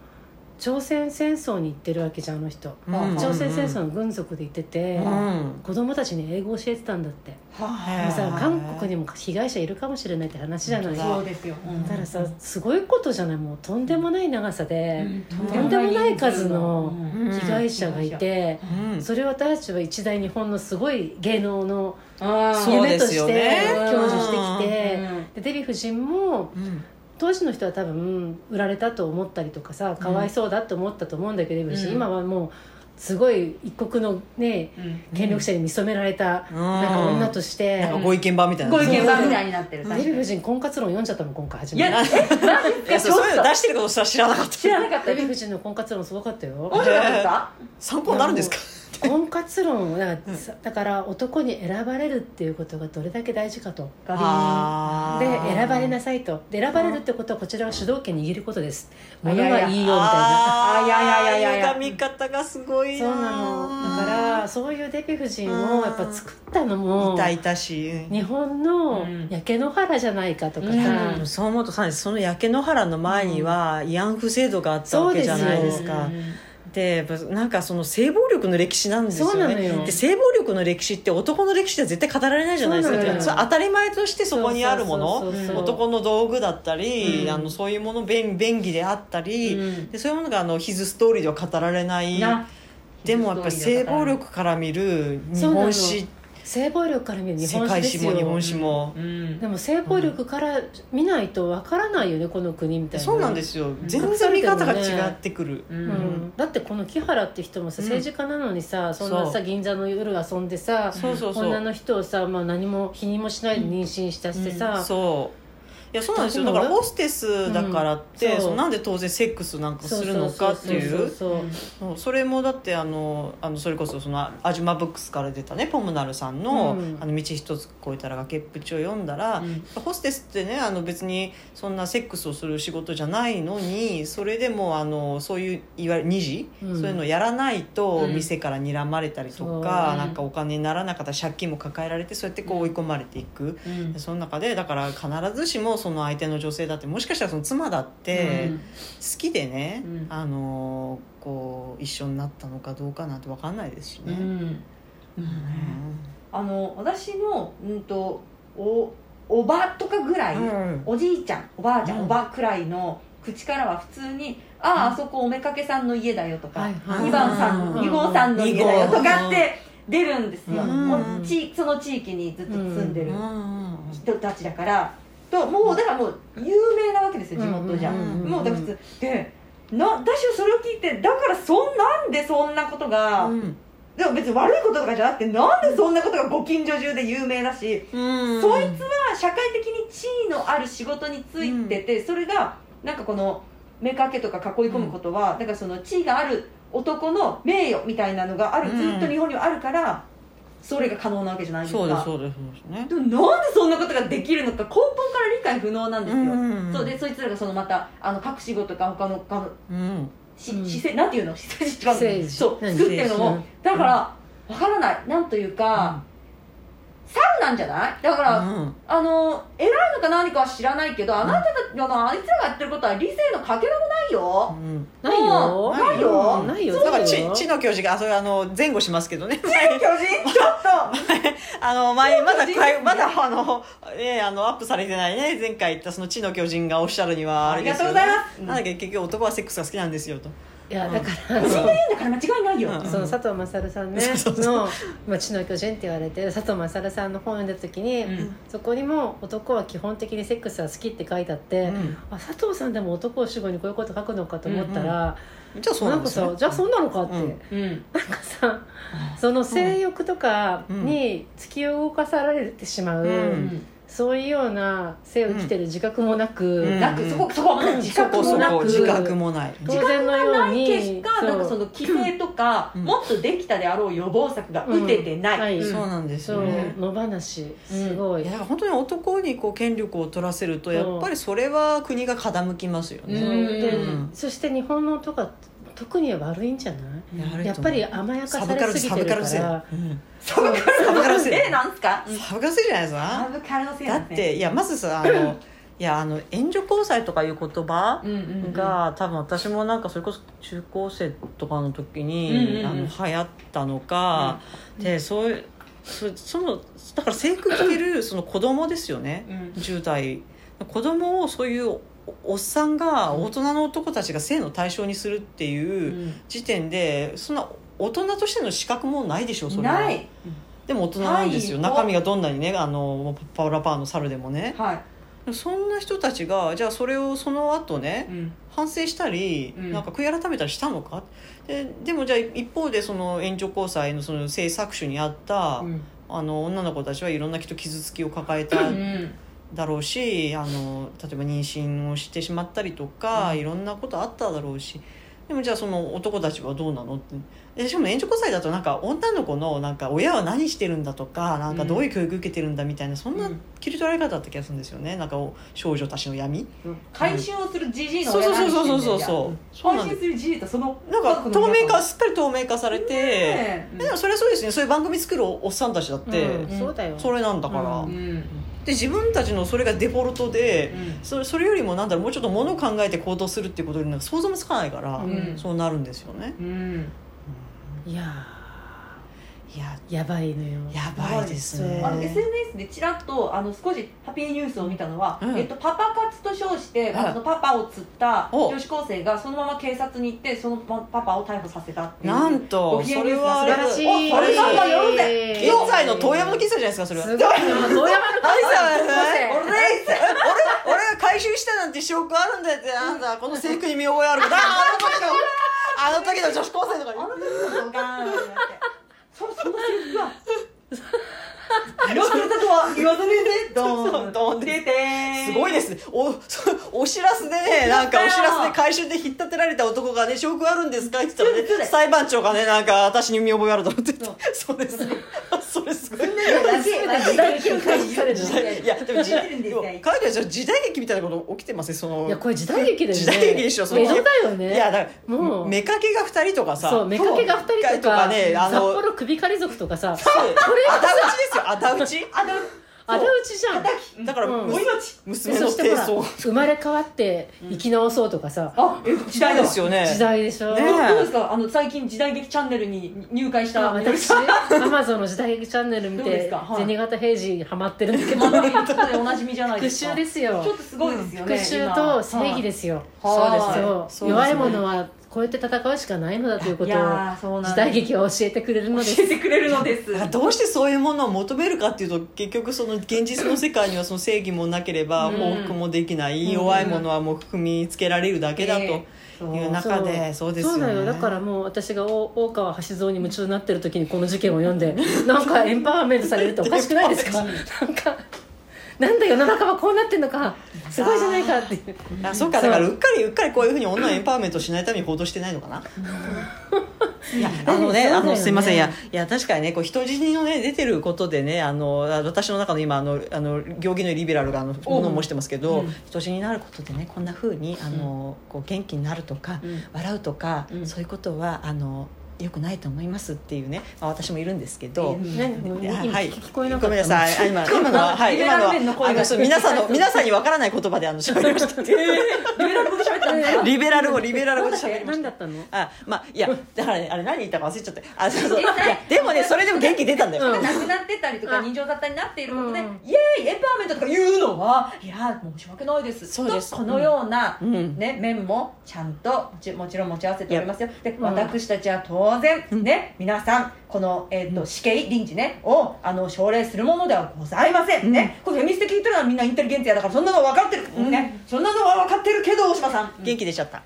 A: 朝鮮戦争に行ってるわけじゃんあの人、
C: うん
A: 朝鮮戦争の軍属で行ってて、
B: うん
A: 子供たちに英語教えてたんだって、
B: は
A: で
B: い
A: さ韓国にも被害者いるかもしれないって話じゃない
B: 本当
C: そうですよ、うん
A: だからさすごいことじゃないもうとんでもない長さで
C: と
B: とんで
A: もない数の
C: うん
A: 被害者がいて、
B: うん
A: それを私たちは一大日本のすごい芸能の
C: あー
B: そう
A: 夢
B: で
A: と
B: す
A: し
B: よ
A: て
B: ね
A: 享受してきて、
C: うん
A: でデヴィ夫人も
B: うん
A: 当時の人は多分売られたと思ったりとかさかわいそうだと思ったと思うんだけど、デヴィ夫人
C: うん
A: 今はもうすごい一国のね
C: うん
A: 権力者に認められた、
B: うん
A: なんか女として、
B: なんかご意見番みたいな
C: ご意見番みたいになってる
A: デヴィ夫人婚活論読んじゃったの今回初
C: い
A: め
C: や
A: て
C: えマジ
B: いや
C: です
B: そうそうい
C: か
B: うの出してることすら知らなかった
C: 知らなかった
A: デヴィ夫人の婚活論すごかったよ
C: 面白かった
B: 参考になるんですか
A: 婚活論だから,さ、だから男に選ばれるっていうことがどれだけ大事かと
C: ガビーン
B: あ
A: で
B: ー
A: 選ばれなさいとで選ばれるってことはこちらは主導権握ることです
C: あ
A: 物がいいよみたいな
B: あー
C: いやいやいやいやいや
B: 歪み方がすごい
A: そうなのだからそういうデヴィ夫人をやっぱ作ったのも
B: 痛々しい
A: 日本の焼け野原じゃないかとかさ、
C: うん
B: うんそう思うとさその焼け野原の前には慰安婦制度があったわけじゃないですかでやっぱなんかその性暴力の歴史なんです
A: そう
B: よ
A: な
B: ね
A: のよ
B: で性暴力の歴史って男の歴史では絶対語られないじゃないですか
A: そう
B: そ
A: なの
B: れ
A: よ
B: 当たり前としてそこにあるも
A: そ
B: の
A: うそうそうそう
B: 男の道具だったり、
C: うん
B: あのそういうもの便便宜であったり、
C: うん
B: でそういうものがあのヒズストーリーでは語られない
C: な
B: でもやっぱり性暴力から見る日本史
A: 性暴力から見る日
B: 世
A: 本史
B: 界
A: です
B: 史も
A: よ
B: 日本史も、
C: うん
A: でも性暴力から見ないとわからないよねこの国みたいな
B: そうなんですよ
C: ん
B: 全然見方が違ってくる、
C: う
A: うんん、だってこの木原って人もさ
B: うん
A: 政治家なのにさ、そんな
B: そ
A: さ銀座の夜遊んでさ
B: そうそうそう
A: 女の人をさ、まあ、何も否認もしないで妊娠したしてさ、
B: そういやそうなんですよ
A: だ
B: だ
A: か
B: かららホステスだからって、
A: うんそう
B: そうなんで当然セックスなんか
A: そう
B: するのかってい
A: そう
B: う
A: そうそう
B: そうそれもだってあのあのそれこそそのアジマブックスから出たねポムナルさんの
A: う
B: 「
A: ん
B: あの道一つ越えたら崖っぷち」を読んだら、
C: うん
B: ホステスってねあの別にそんなセックスをする仕事じゃないのにそれでもあのそういういわゆる2次、
A: うん
B: そういうのをやらないと
C: うん
B: 店から睨まれたりと
A: そう
B: か、
C: うん
B: なんかお金にならなかったら借金も抱えられてそうやってこう追い込まれていく。
C: うん
B: でその中でだから必ずしもその相手の女性だってもしかしたらその妻だって
C: うん
B: 好きでね、
C: うん
B: あのーこう一緒になったのかどうかなんて分かんないですし
C: う
B: ね。
C: ん
B: う
C: あの私のうんとおおばとかぐらい、
B: ん
C: おじいちゃんおばあちゃん、
B: うん
C: おばくらいの口からは普通に「ああ、あそこおめかけさんの家だよ」とか、
A: はいはい
C: 2番さん
B: うん
C: 2号さんの家だよ」とかって出るんですよ、
B: うん
C: もうちその地域にずっと住んで
B: う
C: る
B: ん
C: 人たちだから、ともうだからもう有名なわけですよ地元じゃ、
B: うんうんうんうん
C: もうだから普通でな私はそれを聞いてだからそんなんでそんなことが、
B: うん
C: でも別に悪いこととかじゃなくてなんでそんなことがご近所中で有名だし、
B: うん
C: そいつは社会的に地位のある仕事についてて、それがなんかこの目かけとか囲い込むことは、なんかその地位がある男の名誉みたいなのがある、
B: うん
C: ずっと日本にはあるからそれが可能なわけじゃないですか
B: そうですそうですそうですね。
C: でもなんでそんなことができるのか根本から理解不能なんですよ、
B: ん
C: そうでそいつらがそのまたあの隠し子とか他の他の
B: うん
C: し、
A: うん
C: 姿勢なんていうの姿勢違うの
A: 姿勢
C: そう
A: 何
C: 作ってるのもだからわからないなんというか、猿なんじゃないだから、
B: うん
C: あの偉いのか何かは知らないけどあなたたちあのあいつらがやってることは理性のかけらもないよ
B: うん
A: ないよ
C: もうないよ
A: うんないよ
B: だから
A: そうだ
B: 地
A: よ
B: 地の教授があそれあの前後しますけどね。
C: 巨人ちょっと
B: あの前まだ
C: 地の巨人
B: かいまだあのえあのアップされてないね前回言ったその地の巨人がおっしゃるにはあれですよ、ね。
C: ありがとうございます
B: なんだっけ結局男はセックスが好きなんですよと。
A: いや
B: うん
A: だから、
C: 私が言うんだから間違いないよ、
B: うん
A: その佐藤勝さんね
B: そうそう
A: の「まあ、地の巨人」って言われてる佐藤勝さんの本を読んだ時に、
C: うん
A: そこにも「男は基本的にセックスは好き」って書いてあって、
B: う
A: あ佐藤さんでも男を主語にこういうこと書くのかと思ったら、
B: んじゃあそう
A: な
B: なん
A: ん
B: で
A: か
B: すね。
A: さじゃあそうなのかって、
B: うん
C: うん
A: なんかさその性欲とかに突き動かされてしまう、
B: うん
A: そういうような性を生きてる自覚もなく、
B: うん
C: なくそこそこはまだ自覚もな
B: そこそこ
C: く
B: 自覚もない。
A: 当然のように
C: 結果
A: そう
C: なんかその規制とか、
B: うん
C: もっとできたであろう予防策が打ててない、
A: うんはい
C: うん
B: そうなんです
A: そ
B: よ
A: う
B: ね。
A: 野放しすごい、
B: いやだから本当に男にこう権力を取らせると
A: うん
B: やっぱりそれは国が傾きますよ
A: そ
B: ね。
A: うで
B: うん
A: そして日本のとか特に悪いんじゃないやっぱり甘やか
B: サ
A: さ
B: ブ
A: れ
B: カル
A: すぎ
B: サ
A: て
B: ブ
A: る
B: カ
A: か
B: ル
A: ら
B: 制、うん
C: サブカル
B: サブカル
C: の
B: 制
C: せいなんすか、
B: サブカル制じゃないです
C: サ
B: か。
C: ブカルのせい
B: だ
C: なん
B: っ
C: ですね
B: ていやまずさあ のいやあの援助交際とかいう言葉
C: うんうんうん
B: が多分私もなんかそれこそ中高生とかの時
C: うんうんう
B: に
C: ん
B: あの流行ったのかでそういうそそのだから制服着 てるその子供ですよね。
C: うん
B: 10代子供をそういうおおっさんが大人の男たちが性の対象にするって
C: う
B: いうん時点でそんな大人としての資格もないでしょそれは
C: ない、
B: でも大人なんですよ
C: はい
B: 中身がどんなにねあのパパオラパーの猿でもね
C: は
B: そんな人たちがじゃあそれをその後ね
C: い、うん
B: 反省したり、
C: うん
B: なんか悔い改めたりしたのかででもじゃあ一方でその援助交際のその性搾取にあった、
A: うん
B: あの女の子たちはいろんなきっと傷つきを抱え た
C: うん
B: だろうしあの例えば妊娠をしてしまったりとか、
C: うん
B: いろんなことあっただろうしでもじゃあその男たちはどうなのってでしかも援助交際だとなんか女の子のなんか親は何してるんだとかなんかどういう教育受けてるんだみたいなそんな
C: うん
B: 切り取られ方だった気がするんですよねなんかお少女たちの闇
C: 回収をするじじいの
B: そう
C: 親
B: そう
C: 何
B: そう
C: してんだよ
B: そうそうそうそうな
C: 回
B: ん
C: 収
B: です
C: するじじいとその
B: なんか透明化すっかり透明化されて、
C: ねえ
B: でもそれはそうですねそういう番組作るおおっさんたちだって、
A: うんそうだよ
B: それなんだから、
A: う
C: うんうん
B: で自分たちのそれがデフォルトで、それそれよりもなんだろうもうちょっとものを考えて行動するっていうことになんか想像もつかないから、
A: うん
B: そうなるんですよね、
C: うん
A: いや
B: いや
A: やばいのよ
B: やばいですね
A: そう
C: あの
B: へー
C: SNS でちらっとあの少しハッピーニュースを見たのは、
B: うん
C: えっと、パパ活と称して、
B: うん
C: あのパパを釣った
B: お
C: 女子高生がそのまま警察に行ってそのパパパを逮捕させたっていう
B: なんと
C: ご機嫌
B: そ
C: ニ
B: れ
C: ュース
B: は
C: が
B: あ
A: 素
B: れ
A: 晴らしい
B: あれなんかやろうぜ
A: ぜ
B: 現在の遠山の喫茶じゃないですかそれは
A: すごいな遠山の
B: あいさん
A: せ
B: 俺俺俺が回収したなんて証拠あるんだよってあんたこの制服に見覚えあ るからああの時のあの時の女子高生とか
C: あの時のドカーンってなってそその制服 は
B: 言われたとは言わずねえで
C: ドーン
B: ドーン
C: 出
B: で
C: てー
B: すごいですねお そうお知らせでねなんかお知らせで回収で引っ立てられた男がね証拠あるんですかって言ったら
C: そうで
B: ね
C: す
B: 裁判長がねなんか私に見覚えあると思って そうです ねそれすごい
C: ラジラジラジ
B: 時代いやでも時代
C: 出てるんです
B: で
C: よ
B: も海外じゃ時代劇みたいなこと起きてますねその
A: いやこれ時代劇だよね
B: 時代劇でしょその
A: 江戸だよ
B: い
A: ね
B: やだから
A: もう
B: 目かけが二人とかさ
A: そう目かけが二人とか
B: ねあ
A: 札
B: の
A: 幌首狩り族とかさ
B: そう
A: これ
B: あだ討ちですよあだ討ち
C: あの
A: あだ討ちじゃん
B: だから、
A: うん
B: む
C: お
A: で
C: 命
B: 娘の
A: そして
B: 低
A: ほ
B: 層
A: ら生まれ変わって生き直そうとかさ、
C: あえ時代だ
B: ですよね
A: 時代でしょ、
B: ね
C: どうどうですかあの最近時代劇チャンネルに入会し
A: あ
C: た
A: 私アマゾンの時代劇チャンネル見
C: どうです
A: て
C: かはい
A: 銭形平次ハマってるんだけど
C: まあねおなじみじゃないで
A: 復
C: すか
A: 讐ですよ
C: ちょっとすごいですよ ね
A: 復讐と正義ですすよ、
C: はい
A: そう
B: そうですね
A: 弱い者はこうやって戦うしかないのだというこ
C: い
A: とを
C: やーそうなんです
A: 時代劇は教えてくれるのです
C: 教えてくれるのです
B: あどうしてそういうものを求めるかっていうと結局その現実の世界にはその正義もなければ
C: うん
B: 報復もできない、
A: うん
B: 弱いものはもう踏みつけられるだけだという
C: えそう
B: 中でそうですよね
A: そうだよだからもう私が大大川橋蔵に夢中になってる時にこの事件を読ん でなんかエンパワーメントされるっておかしくないですかなんかなんだ世の中はこうなってんのかすごいじゃないかっていう
B: あそうか
A: そう
B: だからうっかりうっかりこういうふうに女をエンパワーメントしないために報道してないのかないや あ
A: そ
B: のね
A: うだよね
B: あのすいませんいやいや確かにねこう人質のね出てることでねあのあ私の中の今あのあの行儀のいいリベラルがあの物申してますけど、
C: うん
B: 人質になることでねこんなふうにあの、こう元気になるとか、
C: うん
B: 笑うとか、
C: うん
B: そういうことはあのよくないと思いますっていうね、まあ、私もいるんですけど。
C: うん
A: 何
B: いや
A: 今
B: はい、
A: 聞こえな
B: ご
A: か
B: めん
A: っ
B: な
A: た
B: さいあ今今のは、はい、
C: リベ
B: 今
C: ラル
B: のは
C: 面の声が
B: あのそう皆さんの皆さんにわからない言葉であの喋りました
C: リベラル語で喋ったんですか
B: リベラル語リベラル語で喋り
A: 何
B: ました
A: だったの
B: あまあいやだからねあれ何言ったか忘れちゃってあそうそ う
C: え
B: いやでもねそれでも元気出たんだよ、
A: うん
C: なくなってたりとか
A: うん
C: 人情沙汰になっていることで、
A: うん
C: イエーイエンパワーメントとか言うのはいや申し訳ないです
B: そうです
C: とこのような、
B: うん
C: ね、面もちゃんともちもちろん持ち合わせておりますよで、
A: ん
C: 私たちは当然、ね、皆さんこの、えー、と死刑臨時、ね、をあの奨励するものではございません、ねこれフェミニスト聞いてるのはみんなインテリゲンツやだからそんなの分かってる、ね、そんなのは分かってるけど大島さん、
B: 元気出ちゃった、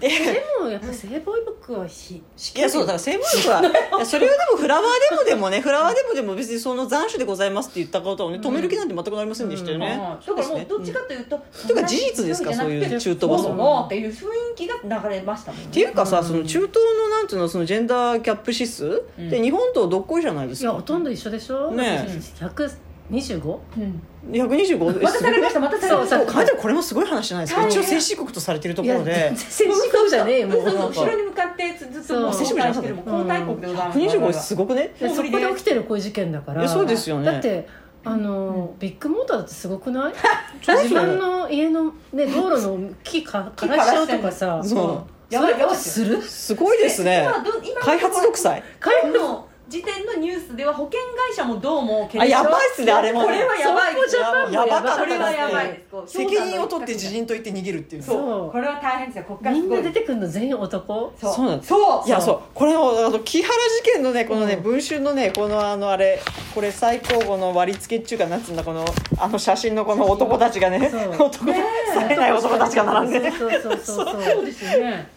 B: で
A: でもやっぱ性ボーイブックはひ
B: いやそうだから専門職はいやそれはでもフラワーでもでもねフラワーでもでも別にその残暑でございますって言ったことをね止める気なんて全くなりませんでしたよね、
C: はいだからもうどっちかというと、
B: ていうか事実ですかそういう中東
C: ボ
B: バ
C: ス
B: ス
C: のっていう雰囲気が流れましたもんね
B: っていうかさ、その中東のなんていうのそのジェンダーギャップ指数、
C: うん
B: で日本とどっこいじゃないで
A: い
B: す
A: や
B: か
A: ほとんど一緒でしょ
B: ね
C: え
A: 125?
C: うん
B: 125
C: またされましたまたされました
B: そう海外これもすごい話じゃないですか
C: はい
B: 一応先進国とされてると
A: い
B: こ
A: や
B: ろで
A: 全然違うじゃねえよも
C: そう
A: う
C: そう後ろに向かってずずっともう
A: そう
C: 後退してるもう後退国でございます
B: 125すごくね
A: でそこで起きてるこういう事件だか
B: い
A: ら
B: やそうですよね
A: だってあの、ビッグモーターだってすごくない
B: そう
A: 自分の家の、ね、道路の木か枯らしちゃうとかさ
B: そう
A: や
C: や
A: ば
C: ば
A: いや
C: い
A: ば
C: やば
A: い
C: い
A: する
B: すごいですね
C: 今ど今
B: 開発独裁
A: 海外
C: の時点のニュースでは保険会社もどうも
B: あやばいっすねあれもね
C: これはやばい
A: 損保ジャパンも
B: やばかった
C: これはやばい
B: で
C: ですこう
B: すね責任を取って自陣と言って逃げるっていう
A: そう
C: そうこれは大変ですよ国家
A: みんな出てくるの全員男
C: そう
B: そうなんです
C: そう
B: いやそうこれをあの木原事件のねこのね
A: うん
B: 文春のねこのあのあれこれ最高後の割り付けっていうかなんつうんだこのあの写真のこの男たちがね
A: そう
B: 男冴えない男たちが並んで
A: そうそう そうそうそう
C: ですよね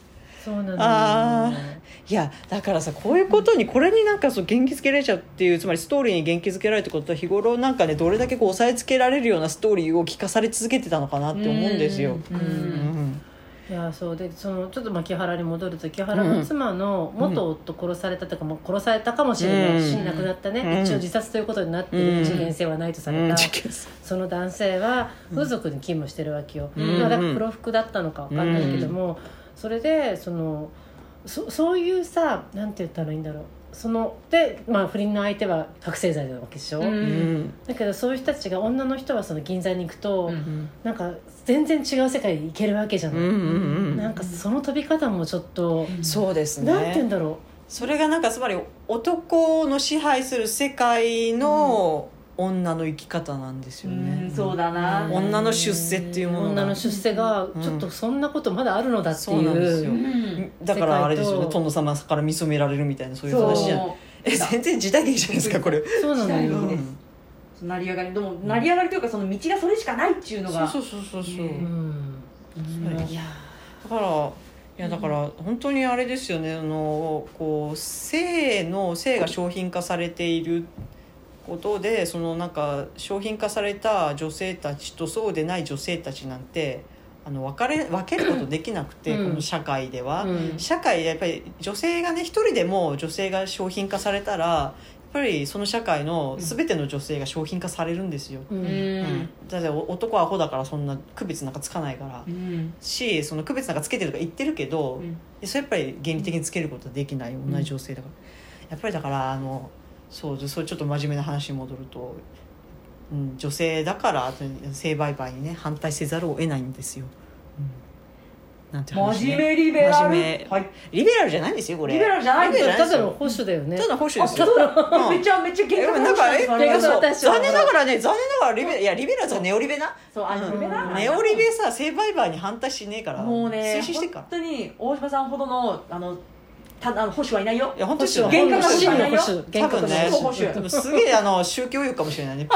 A: そうなのよ
B: あーいやだからさこういうことにこれになんかそう元気づけられちゃうっていうつまりストーリーに元気づけられるってことは日頃なんかねどれだけこう押さえつけられるようなストーリーを聞かされ続けてたのかなって思うんですよ。
A: うん
B: うん
A: いやそうでそのちょっと牧原に戻ると木原の妻の元夫殺されたとか、もう殺されたかもしれないし、
B: うん
A: 亡くなったね、
B: うん
A: 一応自殺ということになってる、
B: うん
A: 事件性はないとさ
B: う
A: れ
B: ん
A: た、
B: 事件です
A: その男性は風俗に勤務してるわけよ、
B: うん
A: まあだから黒服だったのかわかんないけども、それでそのそそういうさなんて言ったらいいんだろうそので、まあ、不倫の相手は覚醒剤なわけでしょ、
C: うん
B: うん
A: だけどそういう人たちが女の人はその銀座に行くと、
C: うん
A: なんか全然違う世界に行けるわけじゃ
B: う
A: ない、
B: んうんうん
A: なんかその飛び方もちょっと、
B: そうですね
A: なんて言うんだろう
B: それがなんかつまり男の支配する世界の女の生き方なんですよね、
C: うんそうだな
B: 女の出世っていうものが
A: 女の出世がちょっとそんなことまだあるのだって
B: そうなんです
A: い
B: よ
A: う
C: うん
B: だからあれですよ
A: 世
B: ね
A: 界と
B: 殿様から見初められるみたいなそういう
C: そう
B: 話じゃんえ全然時代劇じゃないですかこれ
A: そうなの
C: 時代
A: よ
C: 劇です成り上がりでも成り上がりというかその道がそれしかないっていうのが
B: そうそうそうそう、
A: う
C: ね
A: ん
B: いやだからいやだから本当にあれですよねあのこう性の性が商品化されていることでそのなんか商品化された女性たちとそうでない女性たちなんてあの分かれ分けることできなくて、
A: うん
B: この社会では、
A: うん
B: 社会でやっぱり女性がね一人でも女性が商品化されたらやっぱりその社会の全ての女性が商品化されるんですよ、
A: う
C: うん
B: うん
C: ん
B: だってお男はアホだからそんな区別なんかつかないから
C: う、ん
B: しその区別なんかつけてるとか言ってるけど、
C: うん
B: それやっぱり原理的につけることはできない同じ女性だから、やっぱりだからあのそうでそれちょっと真面目な話に戻ると、うん、女性だから性売買にね反対せざるを得ないんですよ。うんなんて話
C: 真面
B: ね
C: 目リベラル
B: 真面目
C: はい
B: リベラルじゃないんですよこれ
C: リベラルじゃないんだ
B: リベラルじゃ
A: た
B: ないです
A: だ
B: よ
A: の保守だよね
B: ただ保守
C: あ
B: ですよ
C: そうだ
B: うん
C: めっちゃめっちゃ
B: で
C: 幻覚
B: もなんかえ
A: 幻覚
B: そう
A: 私は
B: 残念ながらね残念ながらリベいやリベラルはネオリベな、
C: そうあ
B: うん
C: リベラル
B: ネオリベさ性売買に反対しねえから
C: もうね
B: 推進してっから
C: 本当に大島さんほどのあのたあの保守はいないよ
B: いや本当です
A: 保
B: よ
A: 守
C: 厳格
A: 真
C: な
A: の
C: よ
A: 保守
B: 多
A: 厳格
B: 分
A: な
B: ね
C: 保守
B: でもすげえあの宗教欲かもしれないね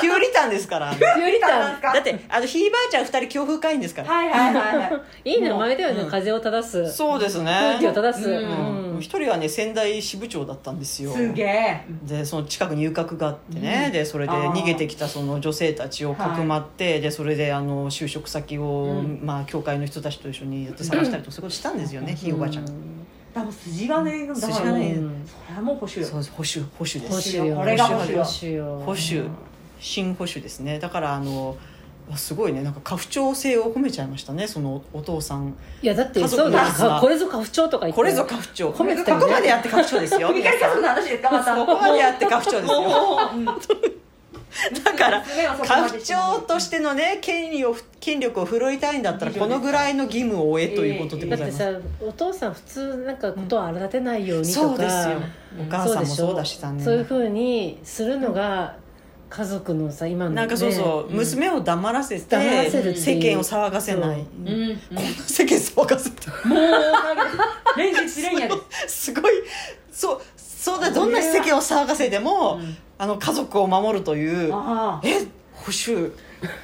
B: ピューリタンですからだ
A: ピューリタン
B: ってあのひいばあちゃん二人強風会員ですから
C: はいはいはいはい
A: いい名前だよね
B: うん
A: 風を正す
B: そうです
A: 空気を
B: ね
A: 正す
C: う
B: うん
A: うん
B: 一人はね仙台支部長だったんですよ
C: すげえ
B: でその近くに遊郭があってね、
C: うん
B: でそれで
C: あー
B: 逃げてきたその女性たちをかくまって、でそれであの就職先を、
C: うん
B: まあ、教会の人たちと一緒にやって探したりとかそういうことしたんですよね、ひいおばあちゃんが、
C: だもう筋金のだか
B: 筋
C: らもう
B: 金
A: うん
C: それはもう保守よ
B: そう保守保守です
A: 保守よ
C: これが
B: 保守
A: 保守よ
B: 保守新保守ですねだからあのすごいねなんか家父長性を褒めちゃいましたねそのお父さん
A: いやだって
B: 家族
A: そうだよ
B: ですわ
A: これぞ家父長とか言って
B: これぞ家父長
A: 褒めてたよ
B: こ
A: ね
B: こまでやって家父長ですよ
C: 組み替え家族の
B: 皆
C: 話ですかま
B: さ
C: た
B: んここまでやって家父長ですよ だから家父長としてのね権利を権力を振るいたいんだったらこのぐらいの義務を負えということで
A: だ
B: ご
A: っ
B: ざい
A: て
B: ます、
A: さお父さん普通なんかことを荒立てないように
B: そ
A: と
B: うですよ
A: か
B: お母さんもそうだし残
A: そういう
B: 念
A: ふうにするのが家族のさ今のね
B: なんかそうそう、
A: うん
B: 娘を黙らせて
A: 黙ら
C: せるって
B: 世
A: いう
B: 間を騒がせない、
A: そう
C: うんうん
B: こんな世間騒がせて
C: もう連日連夜です
B: すごいそうそうだどんな世間を騒がせても、
C: うん
B: あの家族を守るという
C: ああ
B: え保守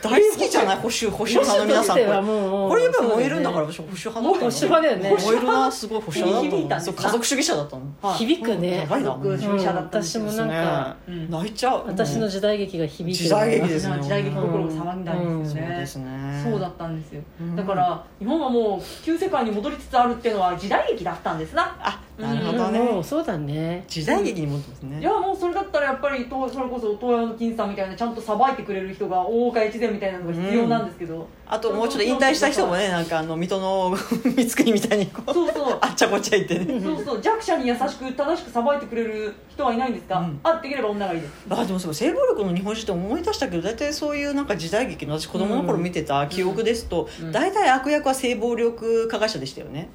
B: 大好き じゃない保守保守派の皆さんこ
A: 保守としては
B: れ
A: もう
B: これ今燃えるんだ
A: そう
B: か
A: よね
B: ら私保守派なんだ
A: 保守派だよね
B: 燃えるなすごい保守派だと
C: 響い
B: 思
C: たで
B: うん
C: す
B: そう
C: な
B: 家族主義者だったの
C: はい
A: 響くね
B: やばいな
C: 家族主義者だったんです
A: う
C: よ
A: ん
B: で
A: 私
B: す
A: もなんか
B: ね
C: うん
B: 泣いちゃう
A: 私の時代劇が響いて
B: 時代劇
C: そ
B: で
C: ん
B: すね
C: な時代劇
A: うん
C: 心が騒んだんです
B: そう
C: よね
B: ですね
C: そうだったんですよ
B: うん
C: だから日本はもう旧世界に戻りつつあるっていうのは時代劇だったんですな
B: あなる
A: う
B: ほ
A: ん
B: ど
A: も
B: ね
A: うそうだね
B: 時代劇に戻ってますね
C: いやもうそれだったらやっぱりとそれこそ東洋の金さんみたいなちゃんとさばいてくれる人が大岡越前みたいなのが必要なんですけど、
B: あともうちょっと引退した人もねなんかあの水戸の 光圀みたいにこう
C: そうそう
B: あっちゃこっちゃいてね
C: そうそう弱者に優しく正しくさばいてくれる人はいないんですか、
B: うん
C: あできれば女がいいです
B: あでもそう性暴力の日本史って思い出したけど大体そういうなんか時代劇の私子供の頃見てた記憶ですと、
C: うん
B: 大体悪役は性暴力加害者でしたよね。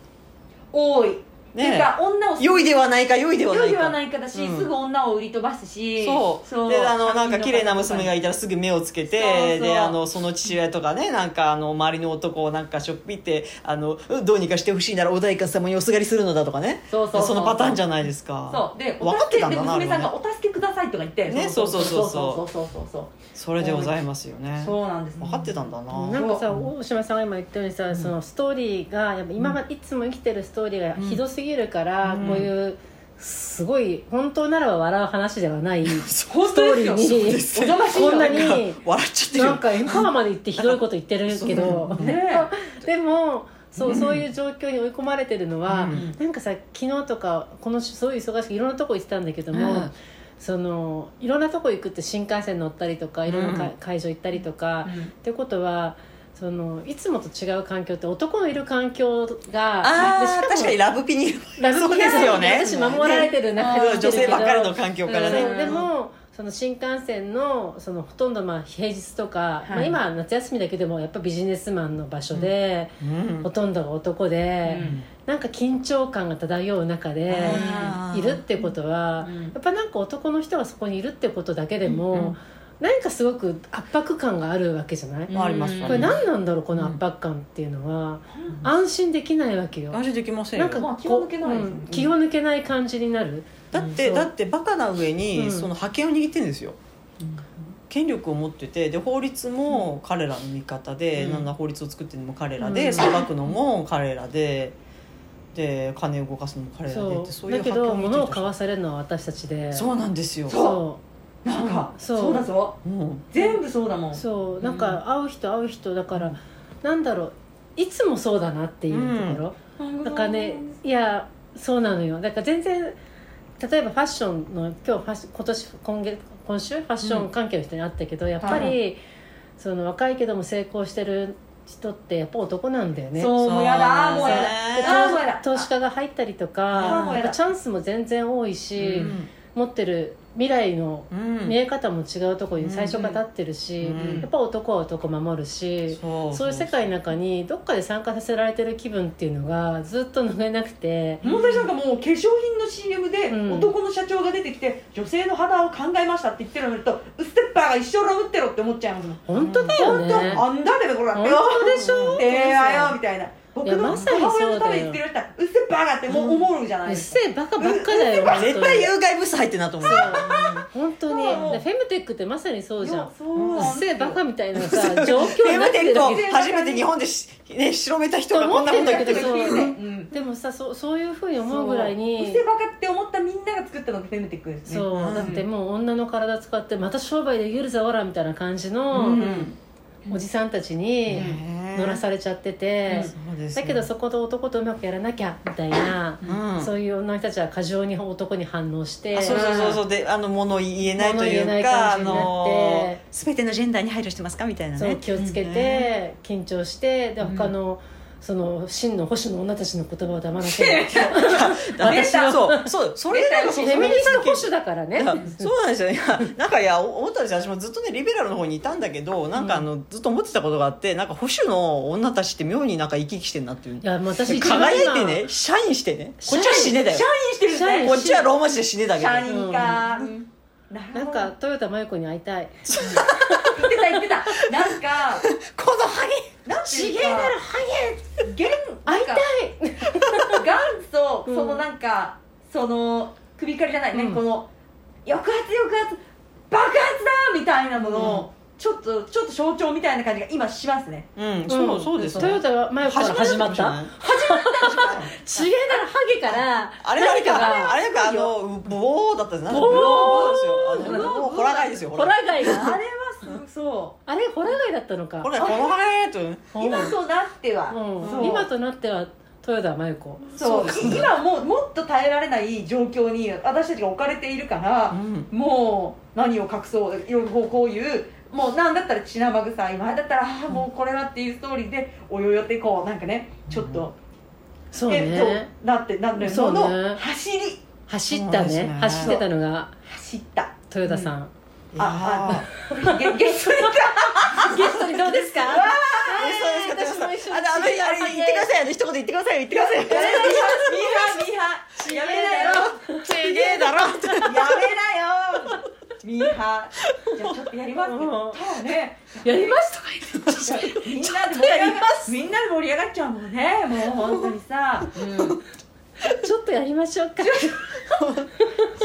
C: 多いっ
B: ね
C: ていうか女をすぐ
B: 良いではないか良いではな
C: 良
B: い
C: い
B: か。
C: はないかだし、
B: うん
C: すぐ女を売り飛ばすし
B: そうであのなんか綺麗な娘が
C: い
B: いたらすぐ目をつけて
C: そうそう
B: であのその父親とかねなんかあの周りの男をなんかしょっぴってあのどうにかしてほしいならお代官様におすがりするのだとかね
C: そうそうそう
B: のパターンじゃないですか
C: そうで
B: 分かってたんだな
C: お助けで娘さん
B: あれ
C: が「
B: は
C: お助けください」とか言って、
B: ね
C: そうそうそうそうそう
B: それでございますよね
C: そうなんです
B: 分かってたんだな
A: なんかさ
C: うん
A: 大島さんが今言ったようにさ、そのストーリーがやっぱ今までいつも生きてるストーリーがひどすぎるから、
B: うん
A: こういうすごい本当ならば笑う話では ない
C: 本当ですよ
A: ストーリーに
C: そうですよお邪魔しよ
A: こんなに
B: 笑っちゃってる
A: なんか今まで言ってひどいこと言ってるけど、
C: ねえ
A: でもそうそういう状況に追い込まれてるのは、
B: うん
A: なんかさ昨日とかこのすごい忙しくいろんなとこ行ってたんだけども、
B: うん
A: そのいろんなとこ行くって新幹線乗ったりとかいろんなか、
B: うん
A: 会場行ったりとか、
C: うん
A: ってことはそのいつもと違う環境って男のいる環境
B: あ
A: が
B: あ確かにラブピに
A: ラブ
B: そう
A: ピ
B: ですよね
A: 私守られてる中で
C: ね
A: 生きてるけ
B: 女性
A: ど
B: ばっかりの環境から
C: う
B: ね
C: ん
A: そうでもその新幹線のそのほとんどまあ平日とか、
C: はい
A: まあ、今夏休みだけでもやっぱビジネスマンの場所で、ほとんどが男で、なんか緊張感が漂う中で
C: あ
A: いるってことは、やっぱなんか男の人がそこにいるってことだけでも、
B: うんうん
A: 何かすごく圧迫感があるわけじゃない、
C: うん
A: こ
B: まああります
A: れ何なんだろうこの圧迫感っていうのは、安心できないわけよ、
B: 安心できません
A: な
B: よ
A: んか
C: まあ
A: こう
C: 気が抜けないですね
A: うん気が抜けない感じになる、
B: だって、
A: うん
B: だってバカな上
A: う
B: に、
A: ん
B: その覇権を握ってるんですよ権力を持っててで法律も彼らの味方で、
A: うん
B: なんだ法律を作ってるのも彼ら
A: う
B: で
A: ん
B: 裁くのも彼らでで金を動かすのも彼らでっ
A: そ
B: て
A: う
B: そういう
A: だけど
B: 覇権を
A: 物を買
B: 握ってる人
A: わされるのは私たちで
B: そうなんですよ、
A: そ
C: なんか
A: そう
C: そうだぞ
B: うんうん
C: 全部そうだも
A: うんそうなんか会う人会う人だから、なんだろういつもそうだなっていうところ、なんかねいやそうなのよだから全然例えばファッションの今日ファッシ今年今月今週ファッション関係の人に会ったけど、やっぱり、
C: は
A: その若いけども成功してる人ってやっぱ男なんだよね
C: そうもうやだもうや
A: で
C: だあー
A: 投
C: もうやだ
A: 投資家が入ったりとか
B: あーもう
A: や
C: や
A: っ
C: だ
A: ぱチャンスも全然多いし、持ってる未来の
B: うんうん
A: 見え方も違うところに最初から立ってるし、
B: うん
A: やっぱ男は男守るし、
B: そう
A: そういう世界の中にどっかで参加させられてる気分っていうのがずっと拭えなくて、
C: もう私なんかもう化粧品の CM で
A: うん
C: 男の社長が出てきて女性の肌を考えましたって言ってるのを見るとウステッパーが一生ロブってろって思っちゃいますもん
A: 本当だよ
C: 本当
A: ね
C: あんだべこれ
A: 本当でしょ
C: ええわよみたいな僕
A: いや
C: の
A: まさにそうだよ
C: 母親のために言ってる人はウステッパーがってもう思うじゃな
A: う
C: い
A: っ
C: ですか
A: せえバカばっかだよ
B: 絶対有害物質入ってんなと思う
A: 本当に
C: そう
A: でフェムテックってまさにそうじゃん
C: いやそう
A: うっ
C: なんです
A: せ
C: よ
A: えバカみたいなさ状況
B: テ
A: に
B: ー
A: なっ
B: マ
A: てる
B: テ
A: だ
B: と
A: け
B: 初めて日本でし、ね、広めた人がこんなこと言ってる
A: そう
C: うん
A: でもさそうそういうふうに思うぐらい
C: そう
A: に
C: ウステバカって思ったみんなが作ったのがフェムテックですね
A: そうだってもう女の体使ってまた商売できるぞオラみたいな感じ
B: う
A: の
B: ん
A: おじさんたちに乗らされちゃってて、
B: そうです
A: だ
B: よ
A: けどそこと男とうまくやらなきゃみたいな、
B: うん
A: そういう女の人たちは過剰に男に反応して
B: あそうそうそうそうであの物言えないと
A: 物
B: いう
A: 言えない
B: かあ
A: 感じになって
B: の全てのジェンダーに配慮してますかみたいな
A: そう
B: ね
A: 気をつけて、緊張してで
B: ん
A: 他の、その真の保守の女たちの言葉を黙らせる
B: 私
C: 出た
B: はそうそうそれなんか
A: フ
B: そう
A: ェミニスト保
B: そ
A: 守だからね
B: れなんかそうなんですよねいやなんかいや思ったんですよ私もずっとねリベラルの方にいたんだけどなんかあの、ずっと思ってたことがあってなんか保守の女たちって妙になんか生き生きしてんなっていう
A: いやもう私一番
B: 輝い
A: 今
B: てね社員してねこっちは死ねだよ
C: 社員してるんです
A: 社員
C: ね
B: こっちはローマ字で死ねだけど
C: 社員かうん
A: な
C: なん
A: か豊田真由子に会いたい
C: 言ってた言ってたなんか
B: このハゲ
C: なんて
A: ち
C: い
A: げ
C: う
A: え
C: か
A: だろハ
C: 元
A: 会いたい
C: なんか元祖
A: うん
C: そのなんかその首狩りじゃないね、
A: うん
C: この抑圧抑圧爆発だみたいなのの、ちょっとちょっと象徴みたいな感じが今しますね
B: うん
A: ゲ
B: そうそうです
A: 豊田真由子から始まったちげえだろハゲから
B: あれあれ
A: 何
B: か、あれか、あの、ブオーだったんですよ。
A: ブオー
B: ブオーですよ。あの、ブオー、ホラガイですよ。
A: ホラガイ
C: あれは
A: が
C: すそ
A: あれホラガイだったのか
B: ホラガイ、ホラガイと。
C: う今となっては、
A: う
C: そ
A: ん、
C: う
A: 今となっては豊田真由子
C: そう今もうもっと耐えられない状況に私たちが置かれているから、
B: うん
C: もう何を隠そういろいろこうこういうもうなんだったら血生臭い前だったらああもうこれはっていうストーリーでおよよってこうなんかねちょっと、
A: そう
C: えっ
A: ね
C: となってなんで
A: そ
C: そう
A: ね
C: の走り
A: 走った
B: そう
A: ね
B: ですね
A: 走ってたのが
C: 走った
A: 豊田さん、
B: あ
C: あゲゲスト に
A: ゲストにどうですか
B: あ、そうですか、
A: 私も一緒に
B: あの、あの、あれ、言ってください、あの、一言言ってください、言ってください。
C: やめなよミーハーミーハーやめなよ
B: ちげえだろって。
C: やめなよミーハーじゃあちょっとやりますけどただね
A: やりますとか言って
C: みんなで盛り上
B: やり
C: が
B: ます
C: みんなで盛り上がっちゃうもんねもう本当にさ、うん、
A: ちょっとやりましょうか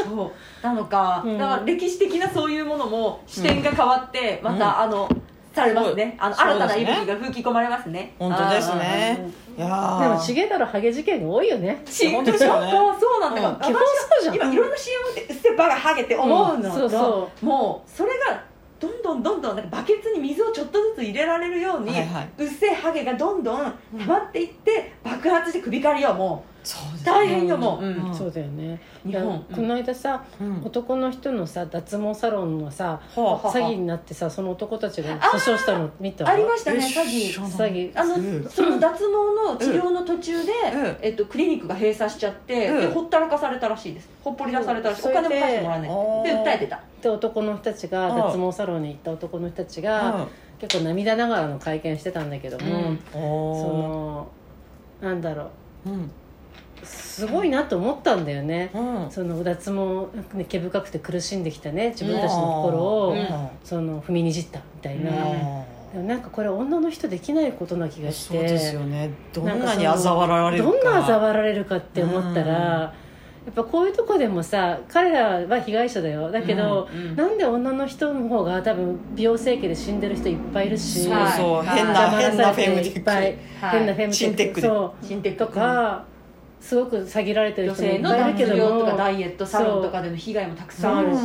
C: そうなのか、
A: うん
C: だから歴史的なそういうものも視点が変わってまた、あのされますねあの
B: そう
C: 新たな
B: そう
C: 息
B: ですね
C: 吹が吹き込まれますね
B: 本当ですね
C: あー。
B: いや
A: でも
B: ー。
A: ちげえだろハゲ事件が多いよね
C: し
B: 本当ですよね
C: 本当そうなんだから、
B: うん
A: 基本そうじゃん
C: 今いろんな CM って「うっせばがハゲ」って思うのと、
A: うんそうそ
C: もうそれがどんどんどんどんなんかバケツに水をちょっとずつ入れられるように、
B: はいはいう
C: っせえハゲがどんどん溜まっていって爆発して首狩りよも
B: そう
C: 大変よもう、
B: うん
A: そうだよね
C: 日
A: いや
C: 本
A: この間さ
B: うん
A: 男の人のさ脱毛サロンのさ
B: は
C: は
A: 詐欺になってさその男たちが訴訟したの見た
C: ありま
B: あ
C: したね
B: え
C: 詐
B: 知
C: 欺
B: らない
A: 詐欺
C: あの
B: うん
C: その脱毛の治療の途中で、
B: うん
C: えっと、クリニックが閉鎖しちゃって、
B: うん
C: でほったらかされたらしいですほっぽり出されたらしい、
A: うん
C: お金も返してもらえない
B: それ
C: で
B: で
C: 訴えてた
A: で男の人たちが
B: ああ
A: 脱毛サロンに行った男の人たちが結構涙ながらの会見してたんだけども、
C: うん
B: そ
A: そ
B: の
A: のなんだろ
B: うん
A: うすごいなと思ったんだよね、
B: うん
A: その脱毛、ね、毛深くて苦しんできたね自分たちの心を、
B: うん
A: その踏みにじったみたいな、
C: うん
A: でもなんかこれ女の人できないことな気がし
B: そう
A: て
B: ですよねどん
A: なんか
B: な
A: そ
B: に
A: の
B: 嘲笑われるか
A: どんな嘲笑われるかって思ったら、
B: うん
A: やっぱこういうとこでもさ彼らは被害者だよだけど、
C: うん
A: なんで女の人の方が多分美容整形で死んでる人いっぱいいるし、
B: そうそう、
C: はい
B: 変な
A: 騙
B: 変な
A: さ
B: フ
A: れ
B: ェム
A: て
B: テ
A: いっ
B: ィ
A: ぱい
B: ッ
C: はい
A: 変なフェム
B: シンテックで
A: そ
C: 新テ
A: うとか、すごく詐欺られてる
C: 女
A: 人もい
C: 性
A: っ
C: の
A: ぱいい
C: 脱
A: るけ
C: 毛
A: ど
C: とか
A: も
C: ダイエットサロンとかでの被害もたく
B: ク
C: さんあるし、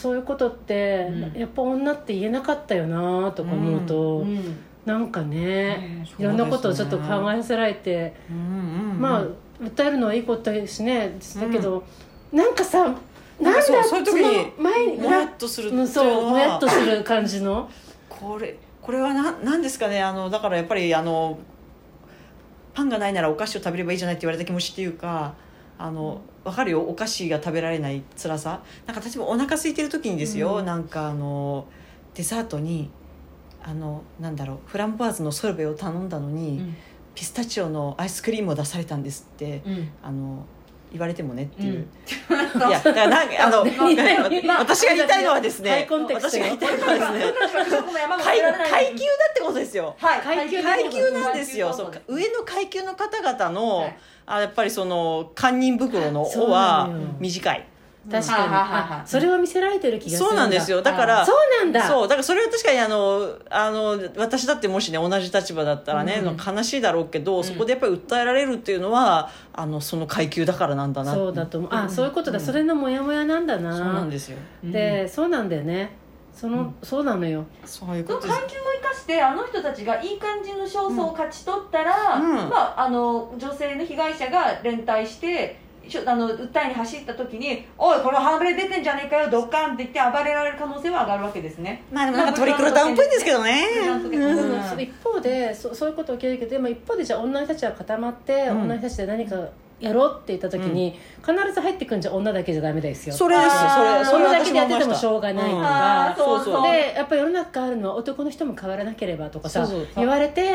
A: そういうことって、
C: うん
A: やっぱ女って言えなかったよなとか思うと、
C: うん
A: なんかね、
C: ね
A: いろんなことをちょっと考えさせられて、
B: え、うんうん
A: まあ
B: うん
A: 訴えるのはいいことだしねだけど、なんかさなんだ
B: そうそういう時に
A: の前に
B: もやっとするっていう
A: うん
B: の
A: そうもやっ
B: は
A: とする感じの
B: これこれはななんですかねあのだからやっぱりあのパンがないならお菓子を食べればいいじゃないって言われた気持ちっていうかあのわかるよお菓子が食べられない辛さなんか例えばお腹空いてる時にですよ、
A: うん
B: なんかあのデザートにあのなんだろうフランボワーズのソルベを頼んだのに、
C: うん
B: ピスタチオのアイスクリームを出されたんですって、
C: うん
B: あの言われてもねっていう、
C: そう
B: い やだからなんかあの
A: 何 何
B: まあ 私が言いたいのはです
A: ハイ
B: ね
A: コンテクスト
B: 私が
A: よ
B: 言いたいのはですね
C: この山が
B: 階
C: 越えられない
B: 階級だってことですよ
C: はい
A: 階級
B: 階級なんですよそう
C: 階級
B: 上の階級の方々の、
C: はい
B: あやっぱりその堪忍袋の「
A: そ
B: お」
A: うな
B: は
A: のよ
B: 短い
A: 確かに、
C: はいはいはいはい
A: あそれを見せられてる気がする
B: そうなんですよだか
C: あ
B: ら
A: そうなんだ
B: そうだからそれは確かにあのあの私だってもしね同じ立場だったらね、
C: うん
B: 悲しいだろうけど、
C: ん
B: そこでやっぱり訴えられるっていうのはあのその階級だからなんだな
A: そうだと思うあ、
B: うん
A: そういうことだ、
B: うん
A: それのモヤモヤなんだな
B: そうなんですよ
A: でそうなんだよねその、
B: うん
A: そうなのよ
B: そういう
C: そ
B: こ
C: の
B: とです
C: 階級を生かしてあの人たちがいい感じの勝訴を勝ち取ったら、
B: うん
C: まあ、あの女性の被害者が連帯してしょあの訴えに走った時に「おいこれはれ出てんじゃねえかよドッカン」って言って暴れられる可能性は上がるわけですね。
B: まあでもなんかトリクルタウンっぽいんですけどね
C: なんと
A: で
C: かう
A: も
C: ん
A: その一方でそそういうことを受け入れるけどでも一方でじゃあ女の人たちは固まって、
B: うん
A: 女の人たちで何かやろうって言った時に、必ず入ってくんじゃ女だけじゃダメですよ
B: それですよそ
C: あー
B: れそれ
A: 女だけで
B: 私も
A: やって
B: 思い
A: て
B: ま
A: も
B: し
A: したょうがないか
C: あ
A: ら
C: ー、そうそう
A: でやっぱ世の中あるのは男の人も変わらなければとかさ
B: そうそう
A: 言われて、
C: うん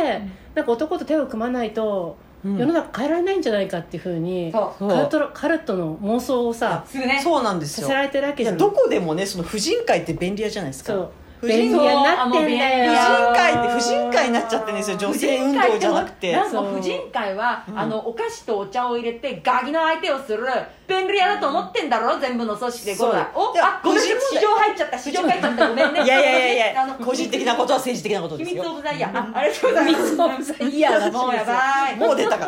A: なんか男と手を組まないと
B: うん
A: 世の中変えられないんじゃないかっていうふうに、
C: そ
B: そう
A: カルトロカルトの妄想をさ
C: うするね
B: そうなんです
A: さ
B: よ
A: せられてるわけ
B: い
A: じゃ
B: や
A: ん
B: どこでもねその婦人会って便利屋じゃないですか
A: そう
B: 婦
A: 便利
B: 人
A: 屋
B: 会
A: になってんだよ
B: 婦人会って婦人会
A: 会
B: になっちゃってんですよ女
C: 婦
B: 性
C: 人
B: 運
C: 会
B: 動じゃなくて
C: なんか婦人会は、
B: うん
C: あのお菓子とお茶を入れてガキの相手をする便利屋だと思ってんだろ全部の組織で
B: そう
C: ごらお
B: いや
C: あごめんね
B: 個人問
C: 市
B: 題
C: 場入っちゃった市場入っちゃったごめんね
B: いやいやいやい
C: あ
B: や
C: の
B: 個人的なことは政治的なことで
C: 秘
B: す
C: 密オ
B: よ
C: ブザイヤーあありがとうございま
A: 秘
C: す
A: 密オブザイヤーらしいですよ
C: もうやばい
B: もう 出たか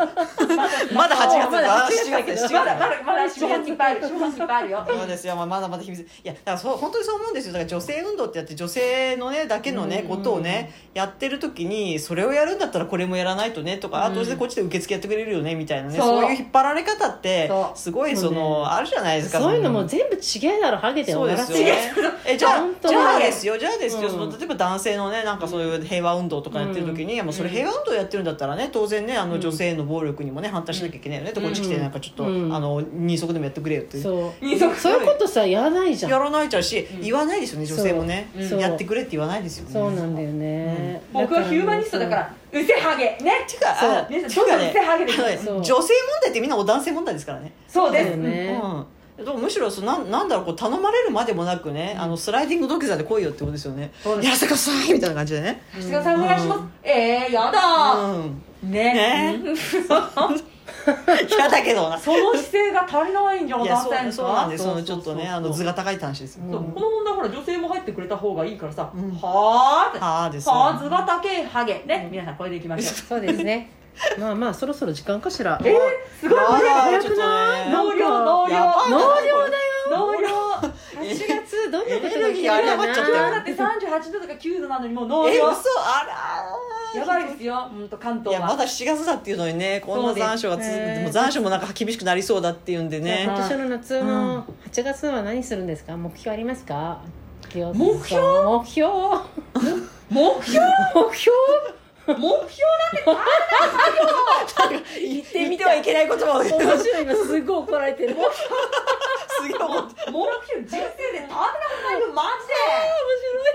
B: まだ8月
A: まだ
B: 7月です
C: まだまだまだ四本にいっぱいある四本にいっぱいあるよ
B: そうですよ、まあ、まだまだ秘密いやだからそう本当にそう思うんですよだから女性運動ってやって女性のねだけのね
A: うん
B: ことをねやってる時にそれをやるんだったらこれもやらないとねとか、
C: うん
B: あ当然こっちで受付やってくれるよねみたいなね
C: そう
B: そういう引っ張られ方って
C: そう
B: すごいそ
A: もう
B: の
A: ね
B: あるじゃないですか
A: そういうの
B: そ
A: も全部違えだろハゲで
B: そう
A: 終
B: で
A: わら
B: す
A: せ
B: よ
A: る
B: ね。えじゃあ
A: 本当
B: じゃあ
A: ね
B: ですよじゃあですよ、
A: うん
B: その例えば男性のねなんかそういう平和運動とかやってる時に、いやもうそれ平和運動やってるんだったらね当然ねあ
A: う
B: の
A: ん
B: 女性への暴力にもね反対しなきゃいけないよね、でこっち来てなんかちょっと、
A: うん
B: あの二足でもやってくれよっていう
A: そう
C: 二足
A: そういうことさやらないじゃん
B: やらないちゃうし、
C: うん
B: 言わないですよね女性もね、
A: そう
B: うん
A: そう
B: やってくれって言わないですよね
A: そうなんだよね、
C: 僕はヒューマニストだからうせハゲね
B: てか
A: そう
B: あ
C: 皆
B: て
C: さんど
B: か
C: んどん
B: ね
C: 手ハゲてく
B: あ
C: だ
B: の
C: さい
A: そう
B: 女性問題ってみんなお男性問題ですからね
C: そう
A: だ
C: で
A: よ
C: す
A: ね
B: うんでもむしろそなんなんだろうこう頼まれるまでもなくね、あのスライディング土下座で来いよってことですよね
C: そうです
B: やらせてくださいみたいな感じでね
C: 長谷川さんお願いしますえーやだー
B: うん
C: ね
B: ね
C: うん
B: 嫌だけどな
C: その姿勢が足りないんじゃ
B: い
C: ん
B: や
C: 男
B: そう
C: 性に
B: そうなんですそ
C: そう
B: のちょっとねあの図が高いって話ですよ、
A: うん
C: そうこの問題ほら女性も入ってくれた方がいいからさ、
B: うん
C: はーって
B: はあですよ
C: はーずばたけハゲね、皆さんこれでいきましょう
A: そうですねまあまあそろそろ時間かしら
C: えー、すごい
B: あら
A: 早くない
B: ちょっとね
A: なん
C: 納
A: か
C: 涼納涼
B: やばい
A: 納涼だよ
C: 納涼
B: え
A: 8月どんなことが
B: エネルギーあり余っちゃった
C: だって38度とか9度なのにもう納
B: え
C: 涼
B: 嘘あらー
C: やばいですよ本当関
B: い
C: 東
B: や
C: は
B: まだ7月だっていうのにねこんな残暑が続
A: そ
B: く
A: うです
B: でも残暑もなんか厳しくなりそうだっていうんで
A: じゃ
B: ね
A: あ今年の夏の8月は何するんですか目標ありますか目
C: 目標
A: 目標
C: 目標
A: 目標
C: 目標なんてあ
A: 言っ
B: 言
A: て
B: っ
A: み
B: ては
A: たい
B: いけない言葉を言う
A: 面白い今すごい怒られてる
B: すげえ怒って
C: 目標人生で立てたことないよマ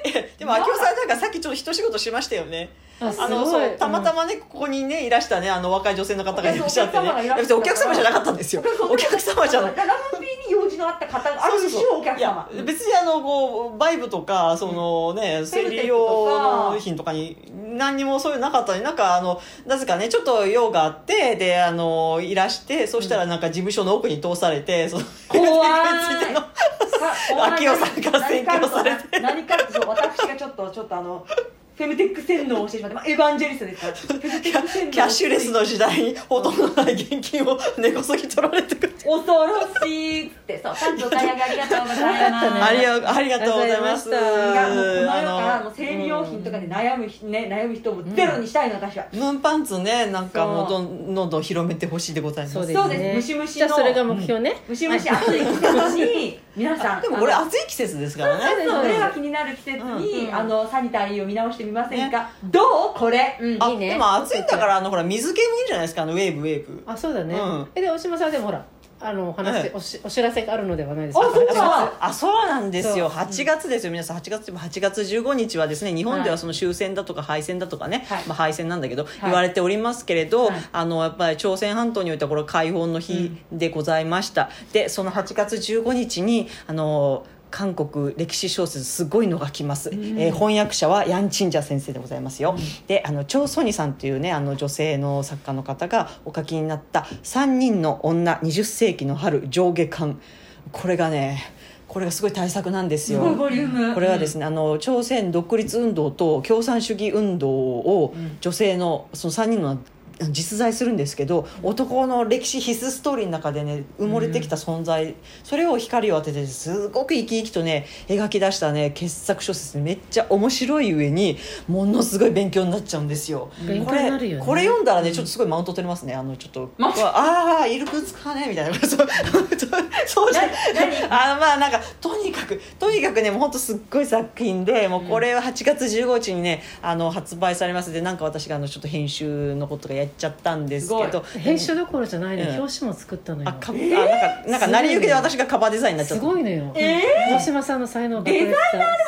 C: ジで
B: でも秋夫さんなんかさっきちょっと一仕事しましたよね
A: あす
B: あの
A: ご
B: そう
A: い
B: たまたまね、ここにねいらしたねあの若い女性の方がいらっしゃってね
C: お客様がい
B: い
C: ら
B: や
C: っしゃった
B: 別にお客様じゃなかったんですよお客様じゃない
C: ラブピーに用事のあった方がある種お客
B: いや
C: 様
B: 別にあのこうバイブとかそのね生理用の品とかに何にもそういうのなかったのになんかあのなぜかねちょっと用があってであのいらしてそしたらなんか事務所の奥に通されてその
C: 怖い
B: ついての
C: 秋
B: 秋代さんから宣教され
C: て何かとそう私がちょっとちょっとあのフェムテック洗脳をしてしまって、まあ、エヴァンジェリストですからフェムテック洗脳
B: キャッシュレスの時代にほとんどない現金を 根こそぎ取られてくる。
C: 恐ろしいっつってそう担当大学ありがとうございます
A: ね
B: ありがありがとうございます。
A: ありがとうござ
C: いやもうこの世か
B: あ
C: ら
B: の
C: もう生理用品とかで悩む,、ね、悩む人もゼロにしたいの私は、
B: ムーンパンツねなんかもうどんどんどん広めてほしいでございます
A: そうです
C: そう
A: ね
C: ですムシムシ
A: じゃ
C: の
A: あそれが目標ね
C: ムシムシ暑い季節に皆さん
B: でもこれ暑い季節ですから
C: あの
B: ね
C: そうですねが気になる季節に、
A: うん
C: あのサニタリーを見直してみませんか、
B: ね
C: どうこれ、
A: うん
B: あ
A: いいね
B: でも暑いんだからあのほら水系もいいんじゃないですかあのウェーブウェーブ
A: あそうだね
B: うん
A: えで大島さんでもほらあのお話
B: え
A: で
B: え
A: おしお知らせがあるのではないですか
C: あそうだ
B: ああそうなんですよ
A: そう
B: 8月ですよ皆さん8月8月15日はですね日本ではその終戦だとか敗戦だとかね、
C: はい
B: まあ、敗戦なんだけど、言われておりますけれど、
C: はい
B: あのやっぱり朝鮮半島においてはこれ解放の日でございました、でその8月15日にあの韓国歴史小説すごいのが来ます、えー翻訳者はヤン・チンジャ先生でございますよ、であのチョウ・ソニさんというねあの女性の作家の方がお書きになった「3人の女20世紀の春上下巻」これがねこれがすごい大作なんです
C: す
B: よ
C: ごいボリューム
B: これはですね、あの朝鮮独立運動と共産主義運動を女性のその3人の実在するんですけど男の歴史必須ストーリーの中でね埋もれてきた存在、それを光を当ててすごく生き生きとね描き出したね傑作小説でめっちゃ面白い上にものすごい勉強になっちゃうんですよ。
A: 勉
B: こ
A: 強に
B: れ
A: なるよね
B: これ読んだらねちょっとすごいマウント取れますねあのちょっ と
C: マウン
B: うわああイルクーツク派ねみたいなそうそうじゃ
C: な何
B: あまあなんかとにかくとにかくねもうほんとすっごい作品でもうこれは8月15日にねあの発売されますでなんか私があのちょっと編集のことがやっちゃったんですけ
C: す
B: ど
A: 編集どころじゃないの
B: うん
A: 表紙も作ったの
B: あ
A: よ
B: か、あなんかなんか成り行きで私がカバーデザインになっちゃ
A: す
B: った
A: ごいのよ
C: え
A: 大島さんの才能が
C: デザイ
A: ナー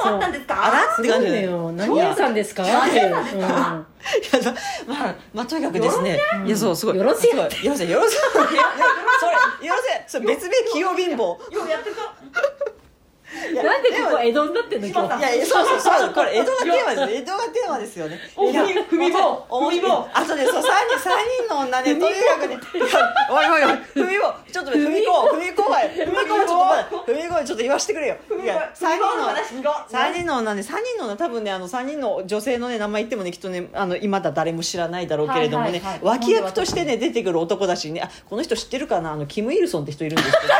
C: ーあったんですか
B: あらって
A: すご
B: 感
A: い
B: じ
A: の
B: で
A: よ何屋さんですかっていううん
B: いやまあ、まあ、とにかくですね。いや、そう、すごい。
A: よろしい
B: すごいよろしい。よろしい。いやそれ、よろしい。それ、別名、器用貧乏。
C: ようやってた
B: いや
A: なんで
B: も
A: ここ江戸になってんの今
C: 柴田
A: 日
B: いやいやそうそうそうこれ江戸がテーマです江戸がテーマですよね
C: お
B: いや
C: 踏み棒
B: お
C: 踏み棒
B: あとねそう三人三人の女ねとにかくねいやおいおいおい踏み棒ちょっと踏み棒踏み棒は踏み棒はちょっと待って踏み棒はちょっと言わしてくれよ
C: 踏み棒
B: いや
C: 踏み
B: 三
C: 棒の
B: 人の
C: 話聞こう
B: 三人の女ね三人の女多分ねあの三人の女性のね名前言ってもねきっとねあの今だ誰も知らないだろうけれどもね
C: はいはいはい
B: 脇役としてね出てくる男だしねあこの人知ってるかなあのキムイルソンって人いるんです けど。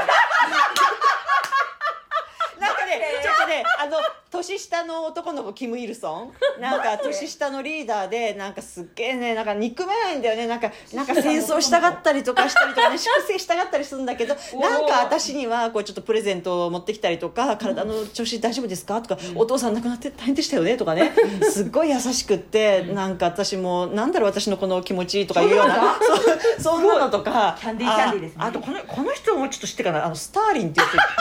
B: なんかね、ちょっとね、あの年下の男の子キムイルソン。なんか年下のリーダーで、なんかすっげえね、なんか憎めないんだよね、なんか。なんか戦争したがったりとかしたりとかね、粛清したがったりするんだ けど。なんか私には、こうちょっとプレゼントを持ってきたりとか、体の調子大丈夫ですかとか、お父さん亡くなって大変でしたよねとかね。すっごい優しくって、なんか私も、なんだろう、私のこの気持ちとかいうような。 そう、そんなのとか。
C: キャンディーキャンディーですね
B: ああと、この、この人もちょっと知ってるかな、あのスターリンって言っ てる。ス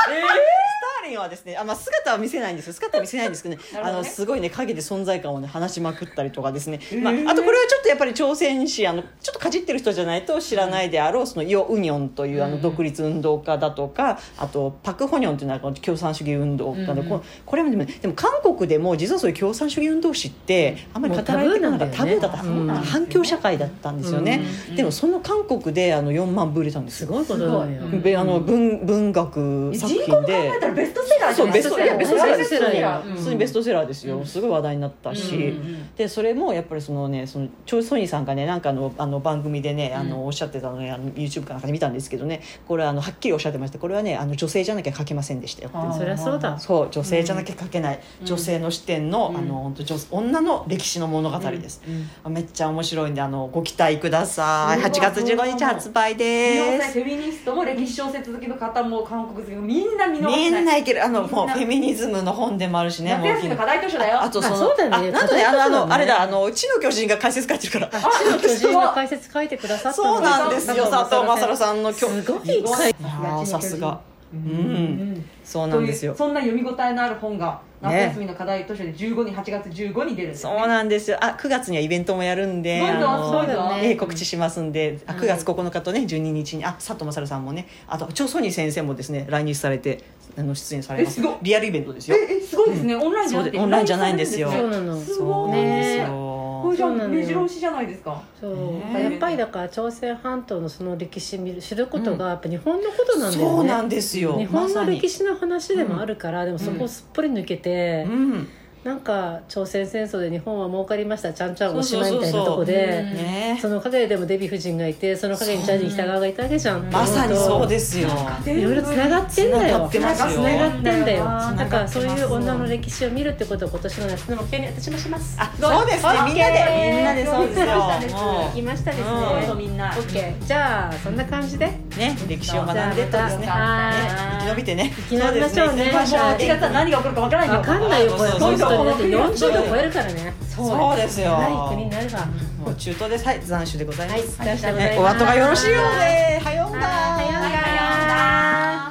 B: ターリンはですね、あまあ、姿は見せないんですよ姿は見せないんですけどね
C: なるほ
B: あ
C: どね
B: のすごいね影で存在感をね話しまくったりとかですね、まあ、あとこれはちょっとやっぱり朝鮮史あのちょっとかじってる人じゃないと知らないであろう、そのヨ・ウニョンというあの独立運動家だとかあとパク・ホニョンというのはこの共産主義運動家の、ここれもでもでも韓国でも実はそういう共産主義運動史ってあんまり語られてこなかった
A: もうタ
B: タ
A: ブ
B: ブ
A: ー
B: ー
A: なんだよね
B: だった、
A: うん
B: 反共社会だったんですよね、でもその韓国であの4万部売れたんですよ
A: すごいことだよ
B: であの文文学作
C: 人口も
B: 品
C: 考
B: で
C: えたらベストセラーじゃ
B: そう
C: ない
B: ベスト
A: ラー
B: いやベストセラー
A: ベスト
B: です
A: セラー
B: 普通にベストセラーですよ、
A: うん
B: すごい話題になったし、
A: うん
B: でそれもやっぱりそのねそのチョイ・ソニーさんがねなんかあのあの番組でねあ
A: う
B: のおっしゃってたのねあの YouTube かなんかで見たんですけどねこれあのはっきりおっしゃってましたこれはねあの女性じゃなきゃ書けませんでしたよ
A: そりゃそうだ
B: そう女性じゃなきゃ書けない、
A: うん
B: 女性の視点の,、
A: うん
B: あの本当女女の歴史の物語です、めっちゃ面白いんであのご期待ください
C: うん
B: 8月15日発売
C: 日本
B: で
C: の
B: す
C: フェミニストも歴史小説好きの方も韓国好きもみんな見逃せ
B: み
C: ない
B: んないけるあの
C: みんな
B: もうフェミニズムの本でもあるしね
C: 夏
B: もう
C: 休みの課題図書だよ
B: あとそ
A: ま
B: の
A: あそうだよね
B: あなんとねあのあ
A: そうだよ
B: の
A: ね
B: あれだあの地の巨人が解説書いてるから
A: あ、死の巨人の解説書いてくださったの
B: そうなんですよ
A: 佐
B: 佐
A: 藤正
B: 藤正
A: 郎
B: 郎
A: さ
B: さんの今日
A: すごい
B: い
C: あ
B: や
C: ー
B: さすが
C: う
B: うんそうな
C: と
B: ん
C: い
B: で
C: う
B: すよ
C: そんな読み応えのある本が夏
B: ね
C: 休みの課題図書で15に8月15に出るんですよね
B: そうなんですよあ9月にはイベントもやるんで
C: どんどん
B: あの
C: そうだよね
B: ええ告知しますんであ
A: うん
B: 9月9日とね12日にあ佐藤正さんもねあと長ソニー先生もですね来日されてあの出演されます
C: えすごい
B: リアルイベントですよ
C: ええすごいですね、オンラインじゃなくて
B: そうでオンラインじゃないんですよ
A: そうなの
C: す
B: そう
C: ご
B: ないんです
A: ね
C: こ
B: よ
C: れじゃ
A: そ
C: あ
A: うなのよ
C: 目白押しじゃないですか
A: そう、
B: ね
A: やっぱりだから朝鮮半島のその歴史見る知ることがやっぱ日本のことなんだ
B: そうな
A: よね
B: んですよ
A: 日本の歴
B: 史
A: 史の話でもあるから、でもそこをすっぽり抜けて、
B: うん
A: なんか朝鮮戦争で日本は儲かりましたちゃんちゃんおしまいみたいなとこで
C: う
B: ね
A: その陰でもデヴィ夫人がいてその陰にチャージー北川がいたわけじゃん
B: まさにそう
A: で
B: ですよ
A: いろいろつながってんだよ
B: 繋がってますよ
A: つながってんだよ
C: 繋がってます
A: だからそういう女の歴史を見るってことを今年の夏の目標に私もします
B: あそうですねみんなでみんなでそうですよも
A: 行きましたですね
B: うん
C: そういうのみんな
A: OK じゃあそんな感じで
B: うね歴史を学んでったんですね
A: じゃあまた
B: ね生き延びてね生
A: き延びましょうね
C: もう8月は何が起こるかわからないよ
A: わかんないよこれ
B: そう
A: 本当に
B: そうそう
A: だって40度超えるからね
B: そうですよ
A: ない国になれば
B: もう中東です。はい、残暑でございま
A: はい
B: す。
A: 残暑でございます
B: ねお後がよろしいようで。はよう
A: はよう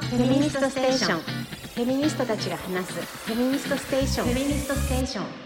A: が
D: フェミニストステーションフェミニストたちが話すフェミニストステーションフェミニストステーション